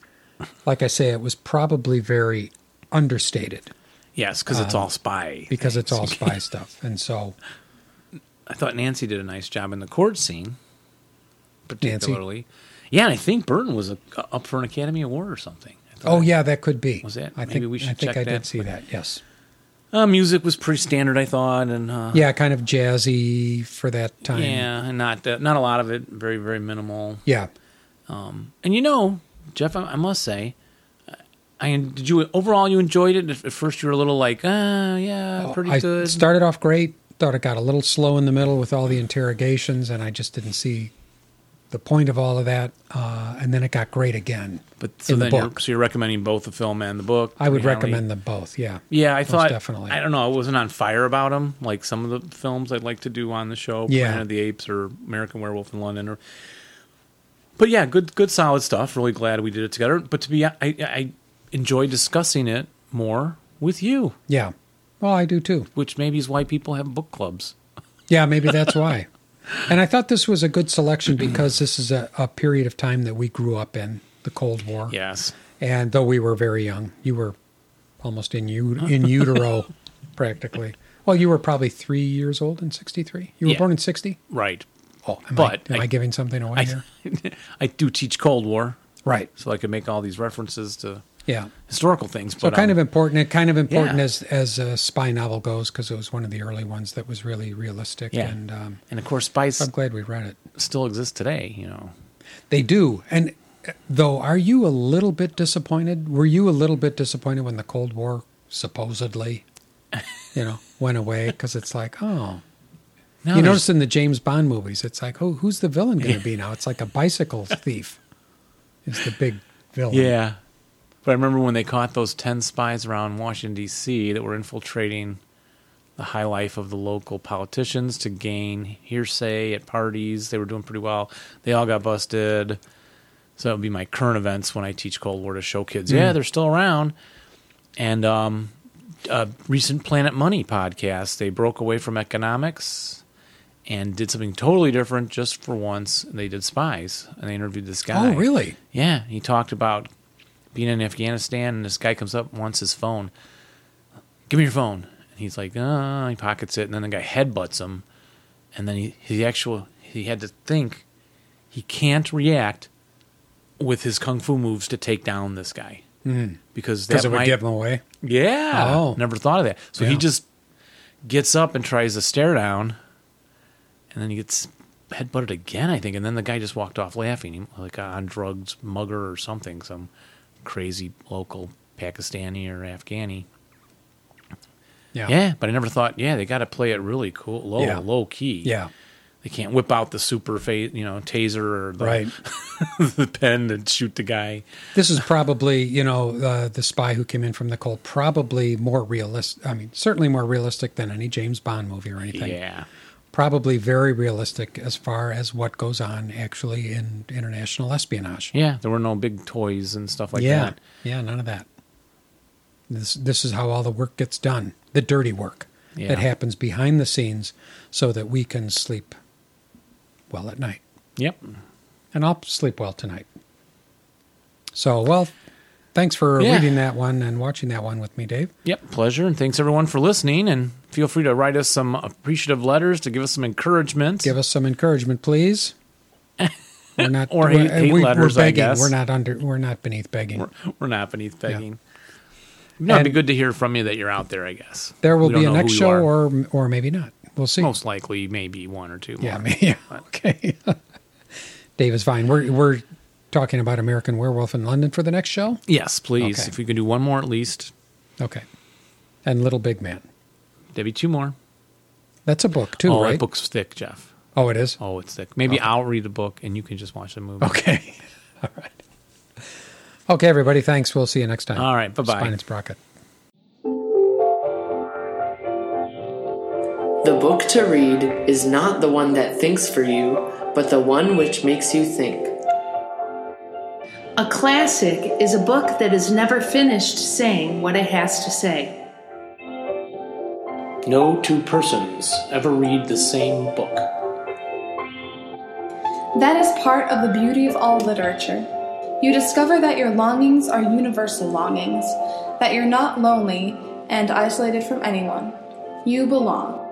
[SPEAKER 1] like I say, it was probably very understated
[SPEAKER 8] Yes, because it's all spy.
[SPEAKER 1] Uh, because it's all spy stuff. And so,
[SPEAKER 8] I thought Nancy did a nice job in the court scene, particularly.
[SPEAKER 1] Nancy.
[SPEAKER 8] Yeah, and I think Burton was a, up for an Academy Award or something. I thought-
[SPEAKER 1] Oh yeah, that could be.
[SPEAKER 8] Was that-
[SPEAKER 1] I
[SPEAKER 8] maybe
[SPEAKER 1] think
[SPEAKER 8] we should
[SPEAKER 1] I think
[SPEAKER 8] check
[SPEAKER 1] I did
[SPEAKER 8] that.
[SPEAKER 1] see that. Yes.
[SPEAKER 8] Uh, music was pretty standard, I thought, and uh,
[SPEAKER 1] Oh. yeah, kind of jazzy for that time.
[SPEAKER 8] yeah, and not that, not a lot of it. Very, very minimal.
[SPEAKER 1] Yeah.
[SPEAKER 8] Um, and you know, Jeff, I, I must say, I did you overall you enjoyed it. At at first, you were a little like, ah, yeah, pretty
[SPEAKER 1] Oh, I
[SPEAKER 8] good.
[SPEAKER 1] started off great, thought it got a little slow in the middle with all the interrogations, and I just didn't see the point of all of that. Uh, and then it got great again.
[SPEAKER 8] but so
[SPEAKER 1] in the
[SPEAKER 8] then, you're,
[SPEAKER 1] book.
[SPEAKER 8] so you're recommending both the film and the book.
[SPEAKER 1] I would
[SPEAKER 8] mean, how many-
[SPEAKER 1] recommend them both. Yeah.
[SPEAKER 8] Yeah, I
[SPEAKER 1] Most
[SPEAKER 8] thought
[SPEAKER 1] definitely.
[SPEAKER 8] I don't know. I wasn't on fire about them like some of the films I'd like to do on the show,
[SPEAKER 1] Yeah.
[SPEAKER 8] Planet of the Apes or American Werewolf in London. Or, but yeah, good, good, solid stuff. Really glad we did it together. But to be, I, I enjoy discussing it more with you,
[SPEAKER 1] Yeah. Well, I do too.
[SPEAKER 8] which maybe is why people have book clubs.
[SPEAKER 1] Yeah, maybe that's why. And I thought this was a good selection because this is a, a period of time that we grew up in, the Cold War.
[SPEAKER 8] Yes,
[SPEAKER 1] And though we were very young, you were almost in, u- in utero practically. Well, you were probably three years old in 63. You were
[SPEAKER 8] Yeah.
[SPEAKER 1] born in 60?
[SPEAKER 8] right.
[SPEAKER 1] Oh, am,
[SPEAKER 8] But
[SPEAKER 1] I, am
[SPEAKER 8] I-
[SPEAKER 1] I, giving something away
[SPEAKER 8] I,
[SPEAKER 1] here?
[SPEAKER 8] I do teach Cold War,
[SPEAKER 1] Right.
[SPEAKER 8] so I could make all these references to
[SPEAKER 1] Yeah.
[SPEAKER 8] historical things.
[SPEAKER 1] So
[SPEAKER 8] but
[SPEAKER 1] kind
[SPEAKER 8] um,
[SPEAKER 1] of important. It kind of important
[SPEAKER 8] Yeah.
[SPEAKER 1] as as a spy novel goes because it was one of the early ones that was really realistic.
[SPEAKER 8] Yeah.
[SPEAKER 1] And um,
[SPEAKER 8] and of course, spice
[SPEAKER 1] I'm glad we read it.
[SPEAKER 8] still exists today. You know.
[SPEAKER 1] They do. And uh, though, are you a little bit disappointed? Were you a little bit disappointed when the Cold War supposedly, you know, went away? Because it's like, oh,
[SPEAKER 8] Now
[SPEAKER 1] you
[SPEAKER 8] there's-
[SPEAKER 1] notice in the James Bond movies, it's like, oh, who's the villain going to be now? It's like a bicycle thief is the big villain.
[SPEAKER 8] Yeah. But I remember when they caught those 10 spies around Washington, D.C., that were infiltrating the high life of the local politicians to gain hearsay at parties. They were doing pretty well. They all got busted. So that would be my current events when I teach Cold War to show kids.
[SPEAKER 1] Mm.
[SPEAKER 8] Yeah, they're still around. And um, a recent Planet Money podcast, they broke away from economics and did something totally different just for once. They did spies and they interviewed this guy.
[SPEAKER 1] Oh, really?
[SPEAKER 8] Yeah, he talked about being in Afghanistan, and this guy comes up and wants his phone. Give me your phone. And he's like, ah, he pockets it, and then the guy headbutts him, and then he his actual he had to think he can't react with his kung fu moves to take down this guy because that
[SPEAKER 1] Mm-hmm. Because it would
[SPEAKER 8] might
[SPEAKER 1] give them away.
[SPEAKER 8] yeah.
[SPEAKER 1] Oh.
[SPEAKER 8] Never thought of that. So he
[SPEAKER 1] Yeah.
[SPEAKER 8] just gets up and tries to stare down, and then he gets headbutted again, I think. And then the guy just walked off laughing, He- like a on drugs mugger or something, some crazy local Pakistani or Afghani.
[SPEAKER 1] Yeah.
[SPEAKER 8] Yeah, but I never thought. Yeah, they got to play it really cool, low,
[SPEAKER 1] Yeah.
[SPEAKER 8] low key.
[SPEAKER 1] Yeah.
[SPEAKER 8] they can't whip out the super face, you know, taser or the,
[SPEAKER 1] Right.
[SPEAKER 8] the pen and shoot the guy.
[SPEAKER 1] This is probably, you know, uh, the spy who came in from the cold, probably more realistic. I mean, certainly more realistic than any James Bond movie or anything.
[SPEAKER 8] Yeah,
[SPEAKER 1] Probably very realistic as far as what goes on actually in international espionage.
[SPEAKER 8] yeah. There were no big toys and stuff like
[SPEAKER 1] yeah.
[SPEAKER 8] that.
[SPEAKER 1] Yeah, none of that. This this is how all the work gets done, the dirty work
[SPEAKER 8] Yeah.
[SPEAKER 1] that happens behind the scenes so that we can sleep well at night.
[SPEAKER 8] Yep.
[SPEAKER 1] and I'll sleep well tonight. So, well, thanks for
[SPEAKER 8] Yeah.
[SPEAKER 1] reading that one and watching that one with me, Dave.
[SPEAKER 8] Yep, pleasure, and thanks everyone for listening. And feel free to write us some appreciative letters to give us some encouragement.
[SPEAKER 1] Give us some encouragement, please. We're not
[SPEAKER 8] Or
[SPEAKER 1] we're-
[SPEAKER 8] hate- hate
[SPEAKER 1] we,
[SPEAKER 8] letters, I
[SPEAKER 1] we're begging.
[SPEAKER 8] guess.
[SPEAKER 1] We're not under. We're not beneath begging.
[SPEAKER 8] We're not beneath begging. No, it'd be
[SPEAKER 1] And-
[SPEAKER 8] good to hear from you that you're out there. I guess
[SPEAKER 1] there will
[SPEAKER 8] We don't
[SPEAKER 1] be a
[SPEAKER 8] know
[SPEAKER 1] next
[SPEAKER 8] who you
[SPEAKER 1] show,
[SPEAKER 8] are.
[SPEAKER 1] or or maybe not. We'll see.
[SPEAKER 8] most likely maybe one or two. More.
[SPEAKER 1] yeah, I mean, yeah. Okay. Dave is fine. We're we're talking about American Werewolf in London for the next show.
[SPEAKER 8] Yes, please.
[SPEAKER 1] Okay.
[SPEAKER 8] If we can do one more at least,
[SPEAKER 1] Okay. And Little Big Man.
[SPEAKER 8] there'd be two more.
[SPEAKER 1] That's a book too,
[SPEAKER 8] oh,
[SPEAKER 1] right?
[SPEAKER 8] that book's thick, Jeff.
[SPEAKER 1] Oh, it is.
[SPEAKER 8] Oh, it's thick. Maybe I'll read the book and you can just watch the movie.
[SPEAKER 1] Okay. All right. Okay, everybody. Thanks. We'll see you next time.
[SPEAKER 8] All right, bye-bye.
[SPEAKER 1] Spine and Sprocket.
[SPEAKER 2] The book to read is not the one that thinks for you, but the one which makes you think.
[SPEAKER 3] A classic is a book that is never finished saying what it has to say.
[SPEAKER 4] No two persons ever read the same book.
[SPEAKER 5] That is part of the beauty of all literature. You discover that your longings are universal longings, that you're not lonely and isolated from anyone. You belong.